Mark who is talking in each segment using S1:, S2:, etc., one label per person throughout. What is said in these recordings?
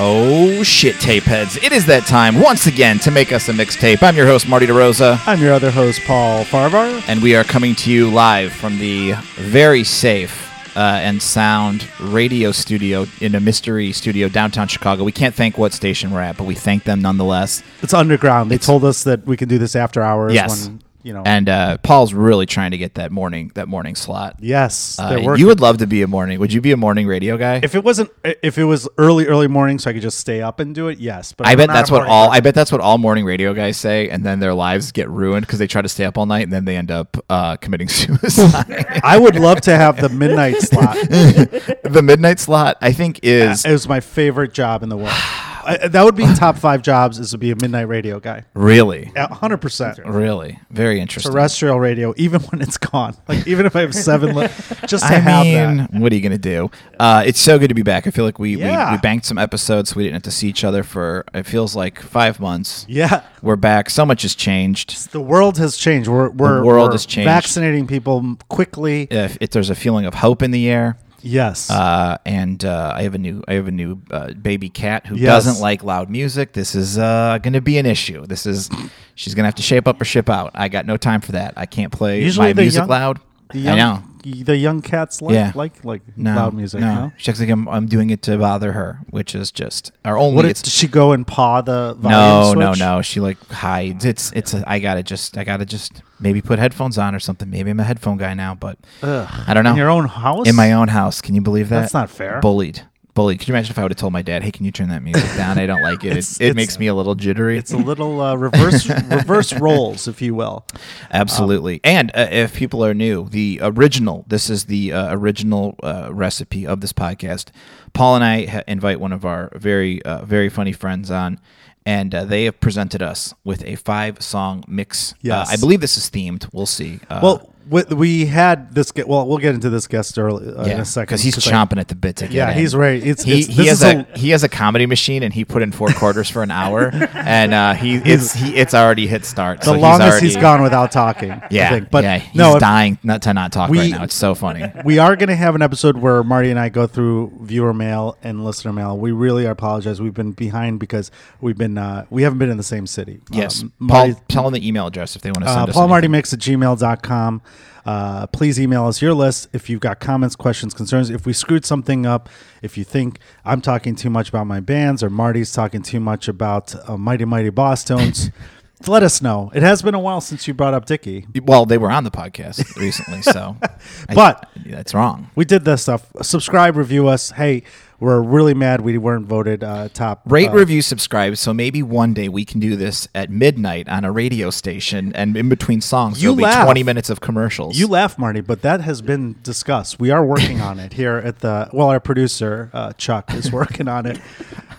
S1: Oh shit, tape heads. It is that time once again to make us a mixtape. I'm your host, Marty DeRosa,
S2: I'm your other host, Paul Farvar.
S1: and we are coming to you live from the very safe uh, and sound radio studio in a mystery studio downtown Chicago. We can't thank what station we're at, but we thank them nonetheless.
S2: It's underground. They told us that we can do this after hours.
S1: Yes.
S2: When, you know.
S1: And uh, Paul's really trying to get that morning that morning slot.
S2: yes,
S1: Uh,
S2: they're working.
S1: you would love to be a morning. Would you be a morning radio guy?
S2: if it wasn't, if it was early, early morning, so I could just stay up and do it. Yes, but
S1: I
S2: I'm
S1: bet
S2: not
S1: that's
S2: a
S1: what
S2: morning
S1: all
S2: person.
S1: I bet that's what all morning radio guys say, and then their lives get ruined because they try to stay up all night and then they end up uh, committing suicide.
S2: I would love to have the midnight slot.
S1: the midnight slot, I think, is
S2: It was my favorite job in the world. I, that would be top five jobs. Is to be a midnight radio guy.
S1: really,
S2: A hundred percent.
S1: really very interesting.
S2: Terrestrial radio, even when it's gone. Like even if I have seven, li- just to
S1: I
S2: have
S1: mean,
S2: that.
S1: what are you gonna do? Uh, it's so good to be back. I feel like we,
S2: Yeah.
S1: we we banked some episodes. So we didn't have to see each other for it feels like five months.
S2: Yeah.
S1: We're back. So much has changed.
S2: The world has changed. We're, we're
S1: world
S2: we're
S1: has changed.
S2: Vaccinating people m- quickly.
S1: If, if there's a feeling of hope in the air,
S2: Yes.
S1: uh, and uh, I have a new I have a new uh, baby cat who
S2: Yes.
S1: doesn't like loud music. This is uh, going to be an issue. This is she's going to have to shape up or ship out. I got no time for that. I can't play my
S2: the
S1: music
S2: young-
S1: loud.
S2: The
S1: I
S2: young,
S1: know.
S2: The young cats like
S1: Yeah.
S2: like like
S1: No,
S2: loud music.
S1: No,
S2: No.
S1: she's like I'm, I'm doing it to bother her, which is just our only.
S2: What if
S1: it's-
S2: does she go and paw the volume
S1: no, no,
S2: switch?
S1: no. She like hides. It's it's. A, I gotta just. I gotta just maybe put headphones on or something. Maybe I'm a headphone guy now, but
S2: Ugh.
S1: I don't know.
S2: In your own house?
S1: in my own house. Can you believe that?
S2: That's not fair.
S1: Bullied. Bullied. Could you imagine if I would have told my dad, "Hey, can you turn that music down? I don't like it.
S2: It's-
S1: it it
S2: it's-
S1: makes me a little jittery."
S2: It's a little uh, reverse reverse roles, if you will.
S1: Absolutely. and uh, if people are new, the original. This is the uh, original uh, recipe of this podcast. Paul and I ha- invite one of our very uh, very funny friends on. And uh, they have presented us with a five-song mix. Yeah,
S2: Yes.
S1: I believe this is themed. We'll see. Uh,
S2: Well, we, we had this. Ge- well, we'll get into this guest early uh, in a second
S1: because he's
S2: I-
S1: chomping at the bit to get
S2: Yeah,
S1: in.
S2: he's right. It's-
S1: he
S2: it's-
S1: he
S2: this
S1: has
S2: is
S1: a,
S2: a-
S1: he has a comedy machine, and he put in four quarters for an hour, and uh, he it's he it's already hit start.
S2: the
S1: so
S2: longest
S1: he's, already,
S2: he's gone without talking. I
S1: Yeah,
S2: think. but
S1: yeah, he's
S2: no, if-
S1: dying not to not talk
S2: We-
S1: right now. It's so funny.
S2: we are going to have an episode where Marty and I go through viewer mail and listener mail. We really apologize. We've been behind because we've been uh, we haven't been in the same city.
S1: Yes,
S2: Um,
S1: Paul,
S2: Marty,
S1: tell him the email address if they want to send
S2: uh,
S1: us. e-
S2: Paul Marty
S1: anything.
S2: Mix at gmail.com. Uh, please email us your list if you've got comments, questions, concerns. If we screwed something up, if you think I'm talking too much about my bands or Marty's talking too much about uh, Mighty Mighty Boston's, let us know. It has been a while since you brought up Dickie.
S1: Well, they were on the podcast recently, so I-
S2: But-
S1: that's wrong.
S2: We did this stuff. Subscribe, review us. Hey, we're really mad we weren't voted uh, top.
S1: Rate,
S2: uh,
S1: review, subscribe. So maybe one day we can do this at midnight on a radio station, and in between songs,
S2: You
S1: there'll be
S2: laugh.
S1: twenty minutes of commercials.
S2: You laugh, Marty, but that has been discussed. We are working on it here at the. Well, our producer uh, Chuck is working on it,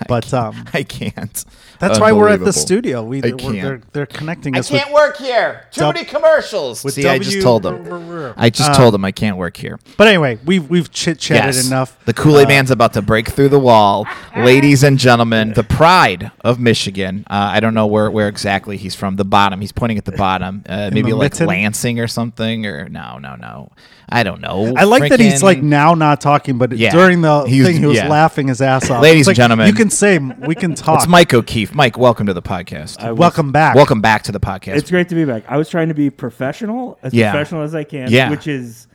S2: but um,
S1: I can't.
S2: that's why we're at the
S1: Unbelievable.
S2: studio. We
S1: I
S2: we're-
S1: can't.
S2: they're they're connecting us with
S1: work here. Too
S2: Dub- many
S1: commercials.
S2: with
S1: See, I just
S2: W- Uh,
S1: told them. I just told them I can't work here.
S2: But anyway, we've we've chit chatted
S1: Yes,
S2: enough.
S1: the Kool Aid
S2: Uh,
S1: Man's about to break through the wall, ladies and gentlemen. The pride of Michigan. Uh, I don't know where, where exactly he's from. The bottom. He's pointing at the bottom. Uh, maybe
S2: the
S1: like
S2: mitten?
S1: Lansing or something. Or no, no, no. I don't know.
S2: I like that he's
S1: Frickin'
S2: like now not talking, but
S1: Yeah.
S2: during the
S1: He was-
S2: thing he was
S1: yeah.
S2: laughing his ass off.
S1: Ladies
S2: It's
S1: and gentlemen,
S2: you can say we can talk.
S1: It's Mike O'Keefe. Mike, welcome to the podcast.
S3: I was-
S2: Welcome back.
S1: welcome back to the podcast.
S3: It's great to be back. I was trying to be professional, as
S1: Yeah.
S3: professional as I can,
S1: Yeah.
S3: which is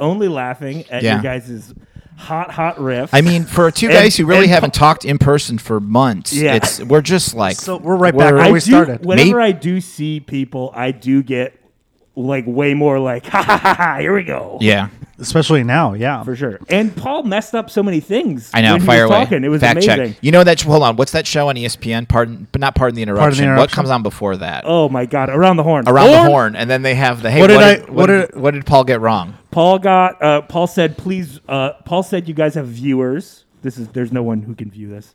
S3: only laughing at
S1: Yeah.
S3: you guys' hot, hot riff.
S1: I mean, for two
S3: And-
S1: guys who really
S3: and-
S1: haven't talked in person for months,
S3: Yeah.
S1: it's we're just like
S2: So we're right back where
S3: I
S2: we
S3: do-
S2: started.
S3: Whenever
S1: Maybe-
S3: I do see people, I do get like way more like, ha ha ha, ha here we go.
S1: yeah,
S2: especially now. Yeah,
S3: For sure. And Paul messed up so many things.
S1: I know.
S3: when he
S1: fire
S3: was
S1: away.
S3: Talking. It was
S1: Fact
S3: amazing.
S1: check. You know that? sh- Hold on. What's that show on E ESPN? Pardon, but not pardon the interruption. What
S2: Interruption.
S1: comes on before that?
S3: Oh my God. Around the horn.
S1: Around the horn, and then they have the hey. What did, I? What did, what did Paul get wrong?
S3: Paul got. Uh, Paul said, "Please." Uh, Paul said, "You guys have viewers. This is. There's no one who can view this,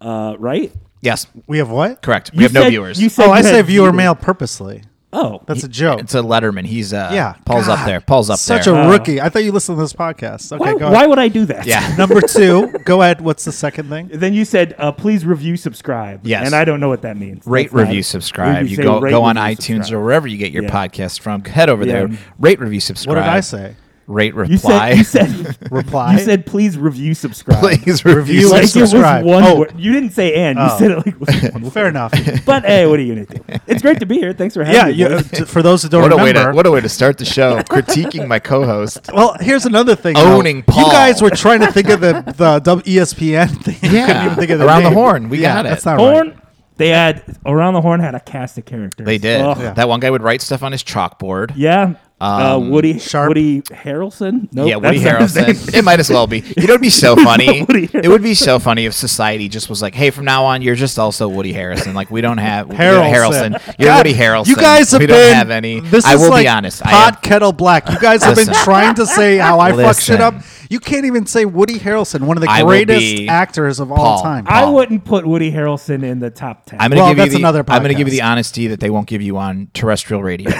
S3: uh, right?"
S1: Yes,
S2: we have what?
S1: correct. We
S3: You
S1: have no
S3: said-
S1: viewers.
S3: You said
S2: Oh,
S3: you
S2: I say
S3: had
S2: viewer
S3: viewers.
S2: mail purposely.
S3: Oh,
S2: That's a joke.
S1: it's a Letterman. He's uh,
S2: yeah,
S1: Paul's up
S2: God.
S1: there. Paul's up
S2: Such
S1: there.
S3: Uh,
S2: a rookie. I thought you listened to this podcast. Okay,
S3: why,
S2: go
S3: why
S2: ahead.
S3: would I do that?
S1: yeah.
S2: Number two, go ahead. What's the second thing?
S3: Then you said, uh, "Please review, subscribe."
S1: Yes.
S3: And I don't know what that means.
S1: Rate,
S3: That's not-
S1: review, subscribe.
S3: Maybe
S1: You
S3: say
S1: go
S3: rate,
S1: go on
S3: review,
S1: iTunes
S3: subscribe.
S1: or wherever you get your
S3: Yeah.
S1: podcast from. Head over
S3: Yeah.
S1: there. Rate, review, subscribe.
S2: What did I say?
S1: rate
S3: You
S1: reply.
S3: said you said
S2: Reply.
S3: You said please review subscribe.
S1: Please
S2: Review
S1: review.
S2: and
S3: like it was
S2: subscribe.
S3: one
S2: Oh.
S3: word. You didn't say and. You
S2: Oh.
S3: said it like it was one word.
S2: Fair enough.
S3: But hey, what are you gonna do? It's great to be here. Thanks for having
S2: yeah,
S3: me.
S2: you,
S3: boys.
S2: uh, t- for those that don't
S1: What a way
S2: remember,
S1: to what a way to start the show. Critiquing my co-host.
S2: Well, here's another thing.
S1: Owning
S2: though.
S1: Paul.
S2: You guys were trying to think of the the W- E ESPN thing. You couldn't even think of the
S1: around the
S2: name.
S1: horn. We
S2: yeah,
S1: got it.
S2: That's not
S3: Horn.
S2: right.
S3: They had around the horn had a cast of characters.
S1: they did.
S3: Ugh.
S1: That one guy would write stuff on his chalkboard.
S3: Yeah. uh, Woody
S2: Sharp.
S3: Woody Harrelson. No,
S1: Um, yeah, Woody
S3: that's not his
S1: Harrelson. It might as well be. You know, it'd be so funny.
S3: Woody
S1: it would be so funny if society just was like, "Hey, from now on, you're just also Woody Harrison. Like, we don't have
S2: Harrelson.
S1: Harrelson. You're
S2: God,
S1: Woody Harrelson.
S2: You guys have
S1: we
S2: been.
S1: don't have any.
S2: This
S1: I
S2: is
S1: will
S2: like
S1: be honest. I
S2: Hot
S1: have,
S2: kettle black. You guys have been
S1: Listen.
S2: trying to say how I fuck shit
S1: Listen.
S2: up. You can't even say Woody Harrelson, one of the
S1: I will
S2: greatest
S1: be
S2: actors of all
S1: Paul.
S2: time.
S1: I-
S3: I
S1: Paul.
S3: wouldn't put Woody Harrelson in the top ten.
S1: I'm gonna
S2: Well,
S1: give you
S2: that's
S1: the,
S2: another
S1: I'm gonna give you
S2: podcast.
S1: the honesty that they won't give you on terrestrial radio.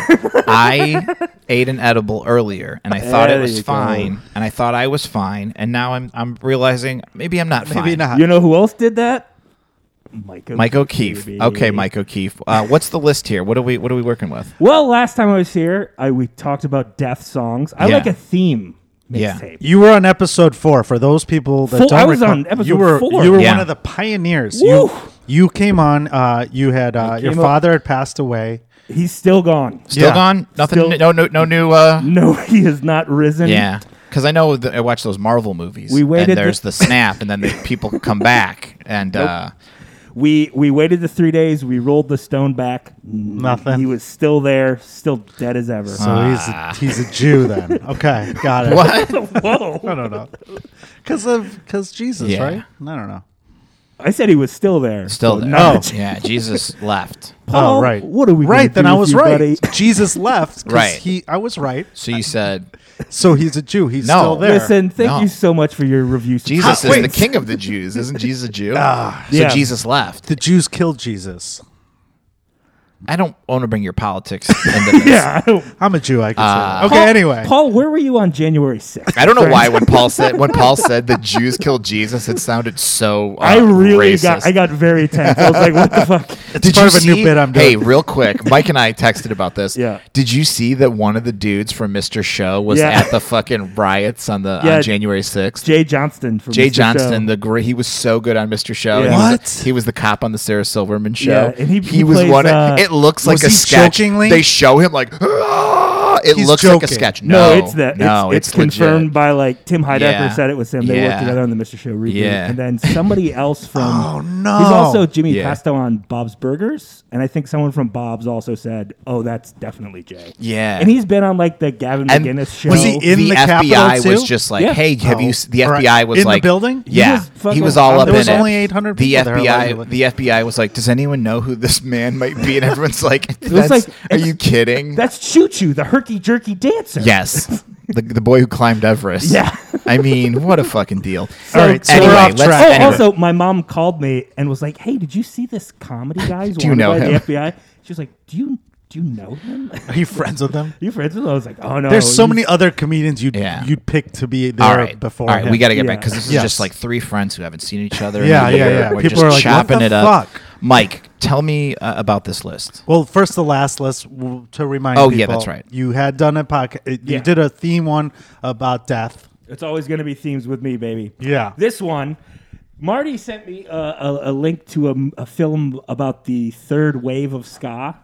S1: I ate an edible earlier, and I thought
S3: There
S1: it was
S3: you go.
S1: fine, and I thought I was fine, and now I'm I'm realizing maybe I'm not fine.
S2: Maybe not.
S3: you know who else did that? Mike.
S1: Mike O'Keefe.
S3: baby.
S1: Okay, Mike O'Keefe. Uh, what's the list here? What are we What are we working with?
S3: Well, last time I was here, I we talked about death songs. I
S1: Yeah.
S3: like a theme
S1: Yeah.
S3: mixtape.
S2: You were on episode four. For those people that
S3: Four-
S2: don't
S3: I was
S2: recall-
S3: on episode
S2: you were,
S3: four.
S2: You were
S1: Yeah.
S2: one of the pioneers.
S3: Woo.
S2: You you came on. Uh, you had uh, your
S3: came up-
S2: father had passed away.
S3: He's still gone.
S1: Still
S2: Yeah.
S1: gone. Nothing.
S3: Still-
S1: no. No. No new. Uh,
S3: No, he has not risen.
S1: yeah. Because I know that I watch those Marvel movies.
S3: We waited
S1: And there's
S3: the-
S1: the snap, and then the people come back, and uh,
S3: We we waited the three days. We rolled the stone back.
S2: Nothing.
S3: He was still there, still dead as ever.
S2: So Oh, he's a, he's a Jew then. Okay, got it.
S1: Uh. what?
S2: I don't know. Because of because Jesus,
S1: Yeah.
S2: right? I don't know.
S3: I said he was still there.
S1: Still
S3: so
S1: there.
S3: not-
S1: Yeah. Jesus left.
S3: Paul,
S2: oh, right.
S3: what are we gonna
S2: Right. Then
S3: do
S2: I
S3: with
S2: was
S3: you,
S2: right.
S3: buddy?
S2: Jesus left. 'cause
S1: Right.
S2: He. I was right.
S1: So you said
S2: So he's a Jew. He's
S1: No.
S2: still there.
S3: Listen, thank
S1: No.
S3: you so much for your Ah, review.
S1: Jesus
S2: How-
S1: is
S2: wait.
S1: the king of the Jews. Isn't Jesus a Jew? so
S3: Ah, Yeah.
S1: Jesus left.
S2: the Jews killed Jesus.
S1: I don't want to bring your politics into this.
S3: Yeah. I don't-
S2: I'm a Jew. I can
S1: Uh,
S2: say that. Okay.
S3: Paul-
S2: anyway.
S3: Paul, where were you on January 6th?
S1: I don't know why when Paul said when Paul said the Jews killed Jesus, it sounded so. Uh,
S3: I really
S1: racist.
S3: got I got very tense. I was like, what the fuck?
S1: Did
S2: part
S1: you
S2: of a new
S1: see-
S2: bit I'm
S1: Hey,
S2: doing.
S1: real quick, Mike and I texted about this.
S3: Yeah.
S1: Did you see that one of the dudes from Mr. Show was
S3: Yeah.
S1: at the fucking riots on the
S3: Yeah.
S1: on January sixth?
S3: Jay Johnston from
S1: Jay
S3: Mr.
S1: Johnston,
S3: Show.
S1: the great, he was so good on Mr. Show. He
S3: Yeah.
S1: was-
S2: What?
S1: He was the cop on the Sarah Silverman show.
S3: Yeah, and he- he
S1: was
S3: plays,
S1: one. of-
S3: uh,
S1: it looks
S2: Was
S1: like a
S2: he
S1: sketch.
S2: jokingly?
S1: They show him like, "Ah!" it
S2: He's
S1: looks like
S2: joking.
S1: a sketch.
S3: no,
S1: No,
S3: it's that.
S1: No, it's,
S3: it's, it's confirmed
S1: Legit.
S3: by like Tim Heidecker
S1: Yeah.
S3: said it was him. They worked
S1: Yeah.
S3: together on the Mr. Show reboot,
S1: Yeah.
S3: and then somebody else from.
S2: Oh, no.
S3: He's also Jimmy
S1: Yeah.
S3: Pesto on Bob's Burgers, and I think someone from Bob's also said, "Oh, that's definitely Jay."
S1: Yeah.
S3: and he's been on like the Gavin
S1: And
S3: McGinnis show.
S2: was he in the Capitol
S1: FBI
S2: too?
S1: was just like,
S3: Yeah.
S1: "Hey, have you?"
S2: Oh.
S1: s- The
S2: All right.
S1: FBI was
S2: In the
S1: like,
S2: building? He
S1: Yeah,
S3: was fucking-
S1: he was all
S3: There
S1: up in
S2: was
S1: it.
S2: only 800
S1: The
S2: people there,
S1: FBI,
S2: allegedly.
S1: the FBI was like, "Does anyone know who this man might be?" And everyone's like,
S3: was
S1: "That's
S3: like-
S1: are you kidding?"
S3: That's Choo Choo, the herky jerky dancer.
S1: yes, the, the boy who climbed Everest.
S3: Yeah.
S1: I mean, what a fucking deal.
S2: All right. So
S1: anyway,
S2: we're off
S1: let's-
S2: track.
S3: Oh,
S1: anyway.
S3: also, my mom called me and was like, "Hey, did you see this comedy guy's
S1: Do you know
S3: by
S1: him?
S3: the FBI?" She was like, "Do you do you know him? Are
S2: Are you friends with them?
S3: you friends with him?" I was like, "Oh no."
S2: There's so
S3: he's-
S2: many other comedians you'd
S1: Yeah.
S2: you'd pick to be there
S1: All right,
S2: Oh, before.
S1: All right,
S2: him.
S1: we got to get
S3: Yeah.
S1: back because this is
S2: Yes.
S1: just like three friends who haven't seen each other. in
S2: Yeah,
S1: a
S2: yeah,
S1: year.
S2: yeah.
S1: We're
S2: People
S1: just
S2: are like,
S1: chopping
S2: "What the
S1: it up.
S2: fuck?"
S1: Mike, tell me uh, about this list.
S2: Well, first the last list w- to remind.
S1: Oh,
S2: people,
S1: yeah, that's right.
S2: You had done a podcast. You
S3: Yeah.
S2: did a theme one about death.
S3: It's always going to be themes with me, baby.
S2: Yeah.
S3: This one, Marty sent me a, a, a link to a, a film about the third wave of ska.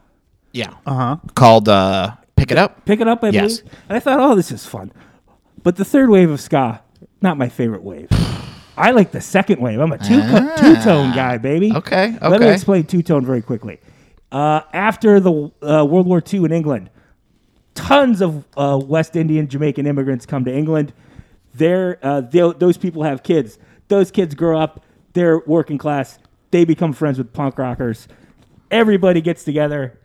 S1: Yeah.
S2: Uh huh.
S1: Called uh, Pick It Up.
S3: Pick it up, I
S1: Yes.
S3: believe. And I thought, oh, this is fun. But the third wave of ska, not my favorite wave. I like the second wave. I'm a two two tone guy, baby.
S1: Ah. Okay,
S3: Let me
S1: okay.
S3: explain two tone very quickly. Uh, after the uh, World War II in England, tons of uh, West Indian Jamaican immigrants come to England. They're, uh, tho- those people have kids. Those kids grow up. They're working class. They become friends with punk rockers. Everybody gets together.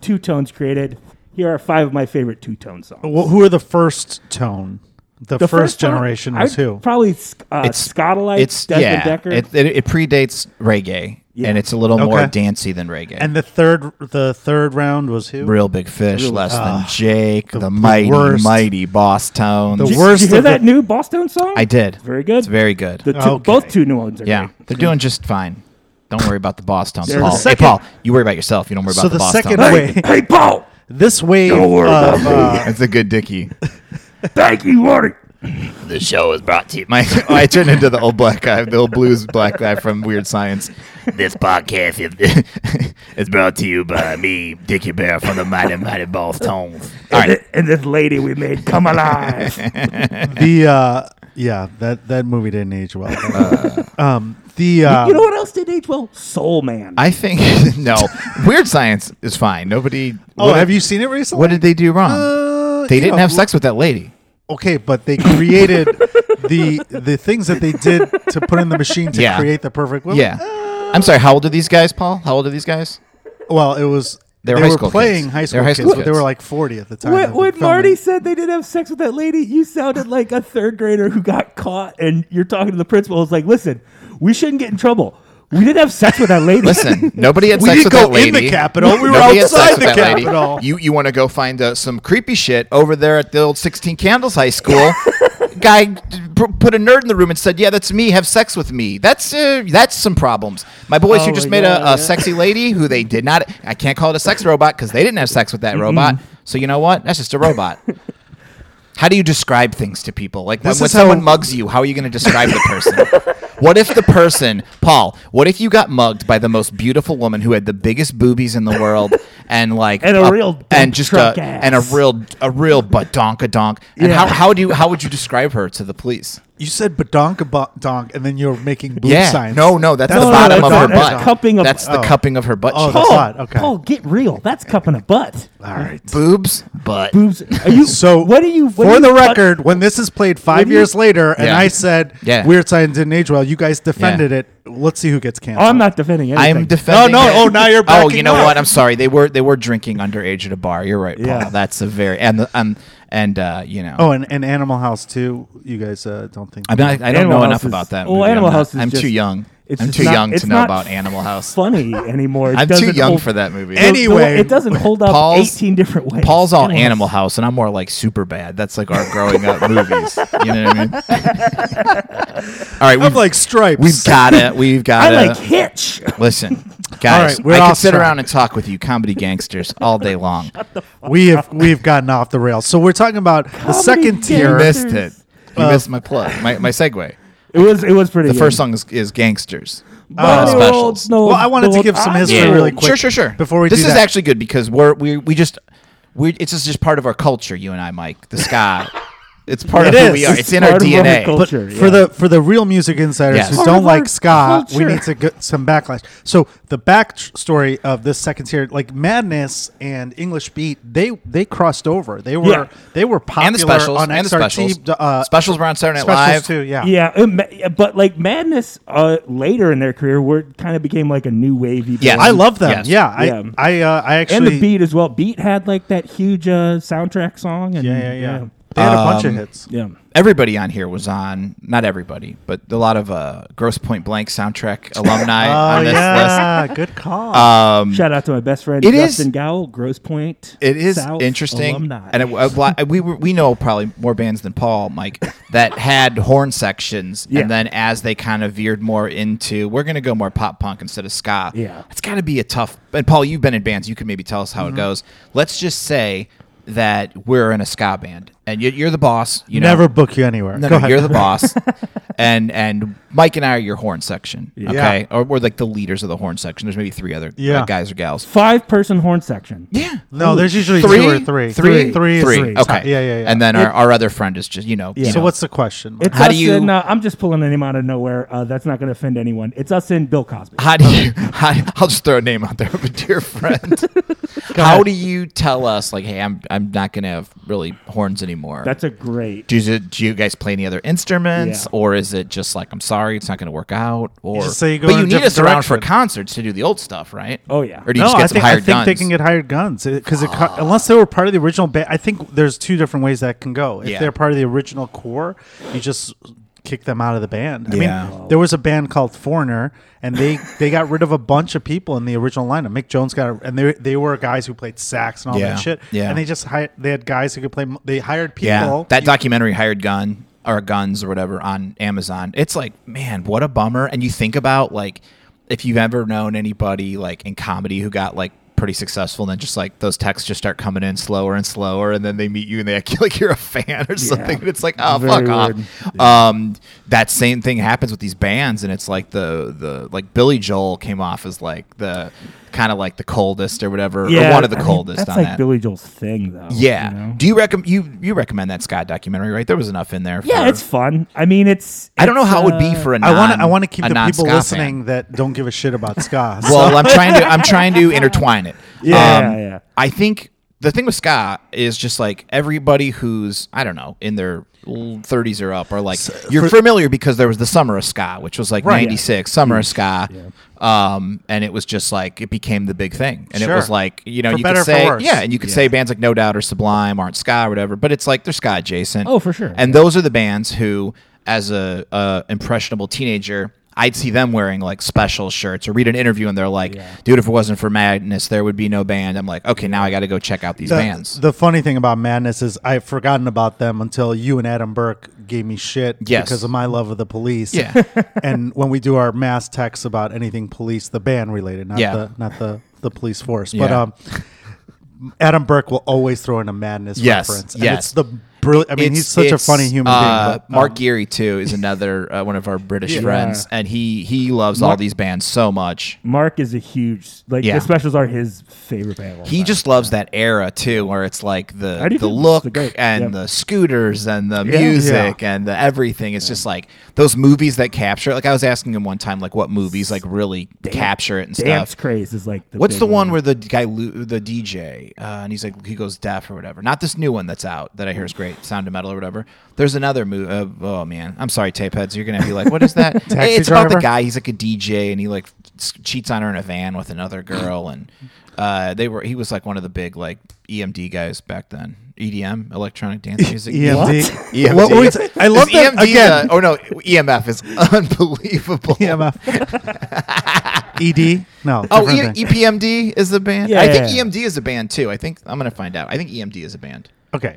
S3: Two tones created. Here are five of my favorite two tone songs.
S2: Well, who are the first tone? The,
S3: The
S2: first, generation
S3: one,
S2: was
S3: I'd
S2: who?
S3: Probably sc- uh,
S1: It's-
S3: Scottolite,
S1: It's
S3: Desmond
S1: yeah.
S3: Decker.
S1: It, it, it predates reggae,
S3: Yeah.
S1: and it's a little more
S2: Okay.
S1: dancey than reggae.
S2: and the third the third round was who?
S1: Real Big Fish, Less Than Jake, the,
S2: the
S1: mighty,
S2: worst.
S1: mighty Boss Tones.
S2: The
S3: Did you-
S2: worst
S3: Did you hear
S2: of the-
S3: that new Boston song?
S1: I did.
S3: Very good.
S1: It's very good.
S3: The two,
S2: Okay.
S3: Both two new ones are
S1: yeah,
S3: great.
S1: they're doing just fine. Don't worry about the Boss Tones,
S2: the
S1: Paul. hey,
S2: second-
S1: Paul, you worry about yourself. You don't worry
S2: So
S1: about the,
S2: the
S1: Boss
S2: second
S1: Tones.
S2: wave-
S3: Hey, Paul!
S2: This wave
S3: Don't
S2: of
S3: worry
S2: uh,
S1: That's a good dicky.
S3: Thank you, Marty.
S1: The show is brought to you. My, I turned into the old black guy, the old blues black guy from Weird Science. This podcast is, is brought to you by me, Dickie Bear, from the Mighty Mighty Boss Tones. All
S3: And,
S1: right.
S3: thi- and this lady we made come alive.
S2: the uh, yeah, that that movie didn't age well.
S1: Uh.
S2: um, the uh,
S3: you know what else did age well? Soul Man.
S1: I think, no, Weird Science is fine. Nobody.
S2: oh,
S1: what-
S2: have you seen it recently?
S1: What did they do wrong?
S2: Uh,
S1: they
S2: you
S1: didn't
S2: know,
S1: have sex with that lady.
S2: Okay, but they created the the things that they did to put in the machine to
S1: Yeah.
S2: create the perfect woman.
S1: Yeah.
S2: Uh,
S1: I'm sorry. How old are these guys, Paul? How old are these guys?
S2: Well, it was
S1: They
S2: they
S1: were
S2: were,
S1: high school
S2: playing
S1: kids.
S2: high
S1: They
S2: school,
S1: were high
S2: kids,
S1: school
S2: but they
S1: kids.
S2: were like forty at the time.
S3: when
S2: that
S3: when
S2: filming.
S3: Marty said they didn't have sex with that lady, you sounded like a third grader who got caught, and you're talking to the principal. It's like, listen, we shouldn't get in trouble. We didn't have sex with that lady.
S1: Listen, nobody had
S2: We
S1: sex with
S2: didn't go
S1: that lady.
S2: in the Capitol. We were
S1: Nobody had sex
S2: outside
S1: with
S2: the
S1: that lady.
S2: Capitol.
S1: You you want to go find uh, some creepy shit over there at the old 16 Candles High School? Guy d- p- put a nerd in the room and said, "Yeah, that's me. Have sex with me." That's uh, that's some problems. My boys
S3: Oh
S1: who just
S3: my
S1: made a, a
S3: God,
S1: sexy lady who they did not. I can't call it a sex robot because they didn't have sex with that robot. So you know what? That's just a robot. How do you describe things to people? Like when,
S2: This
S1: when
S2: is how-
S1: someone mugs you, how are you going to describe the person? what if the person, Paul? What if you got mugged by the most beautiful woman who had the biggest boobies in the world and like
S3: And a real dump
S1: and just a
S3: truck ass.
S1: and a real a real badonka donk? And
S3: Yeah.
S1: how how do you how would you describe her to the police?
S2: you said badonka ba- donk, and then you're making boob
S1: yeah,
S2: signs.
S1: no, no, that's, the
S3: no,
S1: bottom
S3: that's
S1: of her
S3: not- that's
S1: butt.
S3: cupping of-
S1: that's the
S2: oh.
S1: cupping of her butt.
S2: Oh,
S1: cheeks.
S2: that's
S3: Paul,
S2: hot. Okay.
S3: Paul, get real. That's cup in a butt.
S2: All right.
S1: boobs, butt.
S3: Boobs. Are you?
S2: So
S3: what are you? what
S2: for
S3: do
S2: the
S3: you cut-
S2: record, when this is played
S3: what
S2: five
S3: do you-
S2: years later, and
S1: Yeah.
S2: I said
S1: Yeah.
S2: Weird Science didn't age well, you guys defended
S1: Yeah.
S2: it. Let's see who gets canceled.
S3: Oh, I'm not defending anything.
S1: I'm defending.
S2: no,
S1: it.
S2: oh, now you're
S1: Oh,
S2: backing
S1: you know
S2: up.
S1: what? I'm sorry. They were they were drinking underage at a bar. You're right, Paul.
S3: Yeah.
S1: That's a very and the, um and uh, you know.
S2: Oh, and, and Animal House too. You guys uh, don't think
S1: I'm not, I don't
S3: Animal
S1: know
S3: House
S1: enough
S3: is-
S1: about that.
S3: well,
S1: movie.
S3: Animal
S1: I'm not-
S3: House is
S1: I'm too
S3: just-
S1: young.
S3: it's
S1: I'm
S3: just
S1: too
S3: not-
S1: young
S3: it's
S1: to know
S3: not
S1: about Animal House.
S3: funny anymore. It
S1: I'm too
S3: doesn't
S1: young
S3: hold-
S1: for that movie.
S3: the- the-
S2: Anyway,
S3: it doesn't hold up
S1: Paul's-
S3: 18 different ways.
S1: Paul's all
S3: House.
S1: Animal House, and I'm more like super bad. That's like our growing up movies. You know what I mean? all right,
S2: I'm
S1: we've,
S2: like stripes.
S1: we've got it. We've
S3: I
S1: got
S3: like
S1: it.
S3: Hitch.
S1: Listen, guys,
S2: right, we're
S1: I could
S2: off
S1: sit
S2: track.
S1: around and talk with you, comedy gangsters, all day long.
S2: we have we've gotten off the rails. So we're talking about the second
S1: You
S2: tier.
S3: games.
S1: missed it. You missed my plug, my, my segue.
S3: It was. It was pretty.
S1: The first song is, is "Gangsters."
S3: Bonnie
S1: uh, specials.
S3: Rolls, no,
S2: Well, I wanted to
S3: no,
S2: give some
S3: I
S2: history
S3: know.
S2: really quick.
S1: Sure, sure, sure.
S2: before we
S1: this
S2: do
S1: is
S2: that.
S1: actually good because we're we we just we it's just, just part of our culture. You and I, Mike, the sky. it's part
S2: It
S1: of who
S2: is.
S1: we are. It's,
S2: It's
S1: in our
S3: part of our
S1: DNA.
S3: culture.
S2: But for the for the real music insiders
S1: Yes.
S2: who
S1: Part
S3: of
S2: don't
S3: our
S2: like ska, we
S3: culture.
S2: need to get some backlash. So the back tr- story of this second tier, like Madness and English Beat, they they crossed over. They were
S3: Yeah.
S2: they were popular
S1: and the specials
S2: on
S1: and the
S2: XRT.
S1: specials.
S2: uh,
S1: specials were on Saturday Night
S2: specials
S1: Live.
S2: too. Yeah.
S3: Yeah, um, ma- but like Madness uh, later in their career, were kind of became like a new wavy.
S1: Yeah.
S3: band.
S2: I love them.
S1: Yes.
S2: Yeah,
S3: Yeah.
S2: I I uh, I actually
S3: and the beat as well. Beat had like that huge uh, soundtrack song. And,
S2: Yeah, yeah, yeah. They had a
S1: Um,
S2: bunch of hits.
S3: yeah.
S1: Everybody on here was on. Not everybody, but a lot of uh, Gross Point Blank soundtrack alumni on this Um, list.
S2: Oh, good call.
S3: Shout out to my best friend
S1: It
S3: Justin
S1: is-
S3: Gowell, Gross Point.
S1: It is
S3: South
S1: interesting,
S3: alumni.
S1: and it, uh, a lot- we were- we know probably more bands than Paul, Mike, that had horn sections,
S3: Yeah.
S1: and then as they kind of veered more into, we're going to go more pop punk instead of ska.
S3: Yeah.
S1: it's got to be a tough. And Paul, you've been in bands, you can maybe tell us how it goes. Let's just say that we're in a ska band, and you, you're the boss. You know,
S2: Never book you anywhere.
S1: no,
S2: Go
S1: no,
S2: ahead.
S1: you're the boss, and and Mike and I are your horn section. Okay, or we're like the leaders of the horn section. There's maybe three other uh,
S2: Yeah.
S1: guys or gals.
S3: Five person horn section.
S1: Yeah.
S2: No, there's usually two or three.
S1: Three,
S2: three, is
S1: three.
S2: three.
S1: Okay.
S2: Yeah, yeah, yeah.
S1: And then our, our other friend is just, you know.
S3: Yeah.
S1: you
S2: so
S1: know.
S2: what's the question?
S3: It's
S1: How
S3: us
S1: do you-
S3: in, uh, I'm just pulling a name out of nowhere. Uh, that's not going to offend anyone. It's us in Bill Cosby.
S1: How do you? How, I'll just throw a name out there of a dear friend. how do you tell us, like, hey, I'm I'm not gonna have really horns anymore?
S3: That's a great.
S1: do you, do you guys play any other instruments,
S3: Yeah.
S1: or is it just like I'm sorry, it's not going to work out? Or
S2: just say you go
S1: but
S2: in
S1: you
S2: a
S1: need
S2: different
S1: us around for
S2: direction.
S1: concerts to do the old stuff, right?
S3: Oh, yeah.
S1: Or do you
S2: no,
S1: just get
S2: I
S1: some
S2: think, I
S1: hired
S2: think
S1: guns? Ah.
S2: they can get hired guns because unless they were part of the original band, I think there's two different ways that can go. If
S1: Yeah.
S2: they're part of the original core, you just kick them out of the band. I
S1: Yeah.
S2: mean, there was a band called Foreigner, and they they got rid of a bunch of people in the original lineup. Mick Jones got, and they they were guys who played sax and all
S1: Yeah.
S2: that shit.
S1: Yeah.
S2: and they just hired they had guys who could play. They hired people.
S1: Yeah, that documentary hired gun or guns or whatever on Amazon. It's like, man, what a bummer. And you think about like if you've ever known anybody like in comedy who got like pretty successful. And then just like those texts just start coming in slower and slower, and then they meet you and they act like you're a fan or something. And it's like, oh
S3: Very
S1: fuck off.
S3: weird.
S1: Um, that same thing happens with these bands, and it's like the the like Billy Joel came off as like the kind of like the coldest or whatever, or one of the
S3: I mean,
S1: coldest
S3: That's
S1: on
S3: like
S1: that.
S3: Billy Joel's thing, though.
S1: yeah.
S3: you know?
S1: Do you recommend you you recommend that Scott documentary? Right, there was enough in there.
S3: yeah,
S1: for-
S3: it's fun. I mean, it's.
S1: I don't know
S3: it's,
S1: how it would be
S3: uh,
S1: for a
S2: I
S1: non,
S2: want to. I want to keep
S1: a
S2: the people
S1: non-ska fan.
S2: listening that don't give a shit about ska. So-
S1: Well, I'm trying to I'm trying to intertwine it. Um,
S3: Yeah, yeah, yeah.
S1: I think the thing with ska is just like everybody who's I don't know in their l- 30s or up are like you're familiar because there was the summer of ska, which was like
S2: Right.
S1: '96 summer of ska, um, and it was just like it became the big thing, and it
S2: Sure.
S1: was like you know
S2: For
S1: you
S2: better
S1: could
S2: or for
S1: say
S2: worse.
S1: yeah, and you could say bands like No Doubt or Sublime aren't ska or whatever, but it's like they're ska adjacent.
S3: Oh, for sure.
S1: And and those are the bands who, as a, a impressionable teenager, I'd see them wearing like special shirts or read an interview and they're like, dude, if it wasn't for Madness, there would be no band. I'm like, okay, now I got to go check out these
S2: the,
S1: bands.
S2: the funny thing about Madness is I've forgotten about them until you and Adam Burke gave me shit
S1: Yes.
S2: because of my love of the police.
S1: Yeah.
S2: and when we do our mass texts about anything police, the band related, not
S1: Yeah.
S2: the not the the police force, but
S1: Yeah.
S2: um. Adam Burke will always throw in a madness
S1: Yes,
S2: reference.
S1: yes.
S2: And it's the brilliant. I mean,
S1: It's-
S2: he's such a
S1: it's,
S2: funny human
S1: uh,
S2: being. But,
S1: Mark
S2: um,
S1: Geary too is another uh, one of our British
S2: Yeah.
S1: friends, and he he loves all these bands so much.
S3: Mark is a huge like
S1: Yeah.
S3: the specials are his favorite band. of all
S1: He
S3: time.
S1: just loves that era too, where it's like the
S3: I do
S1: the
S3: too. It's
S1: look
S3: the great-
S1: and
S3: yeah.
S1: the scooters and the music and the everything. It's just like those movies that capture. Like I was asking him one time, like what movies like really capture it and
S3: dance
S1: stuff.
S3: craze is like the
S1: What's
S3: big
S1: the one where the guy, lo- the DJ, uh, and he's like he goes deaf or whatever? Not this new one that's out that I hear is great, Sound of Metal or whatever. There's another movie. Uh, oh man, I'm sorry, tape heads. You're gonna be like, what is that?
S2: Taxi
S1: it's about the
S2: Driver?
S1: guy. He's like a DJ and he like s- cheats on her in a van with another girl, and uh, they were. He was like one of the big like EMD guys back then. EDM, electronic dance music.
S2: EMD.
S1: EMD.
S2: E What were we t- I
S1: Is
S2: love that.
S1: EMD
S2: Again, E
S1: the- oh no, EMF is unbelievable.
S2: EMF. ED? E No.
S1: Oh,
S2: different
S1: e-
S2: thing.
S1: EPMD is the band. I think
S3: Yeah.
S1: EMD is a band too. I think I'm gonna find out. I think EMD is a band.
S2: Okay.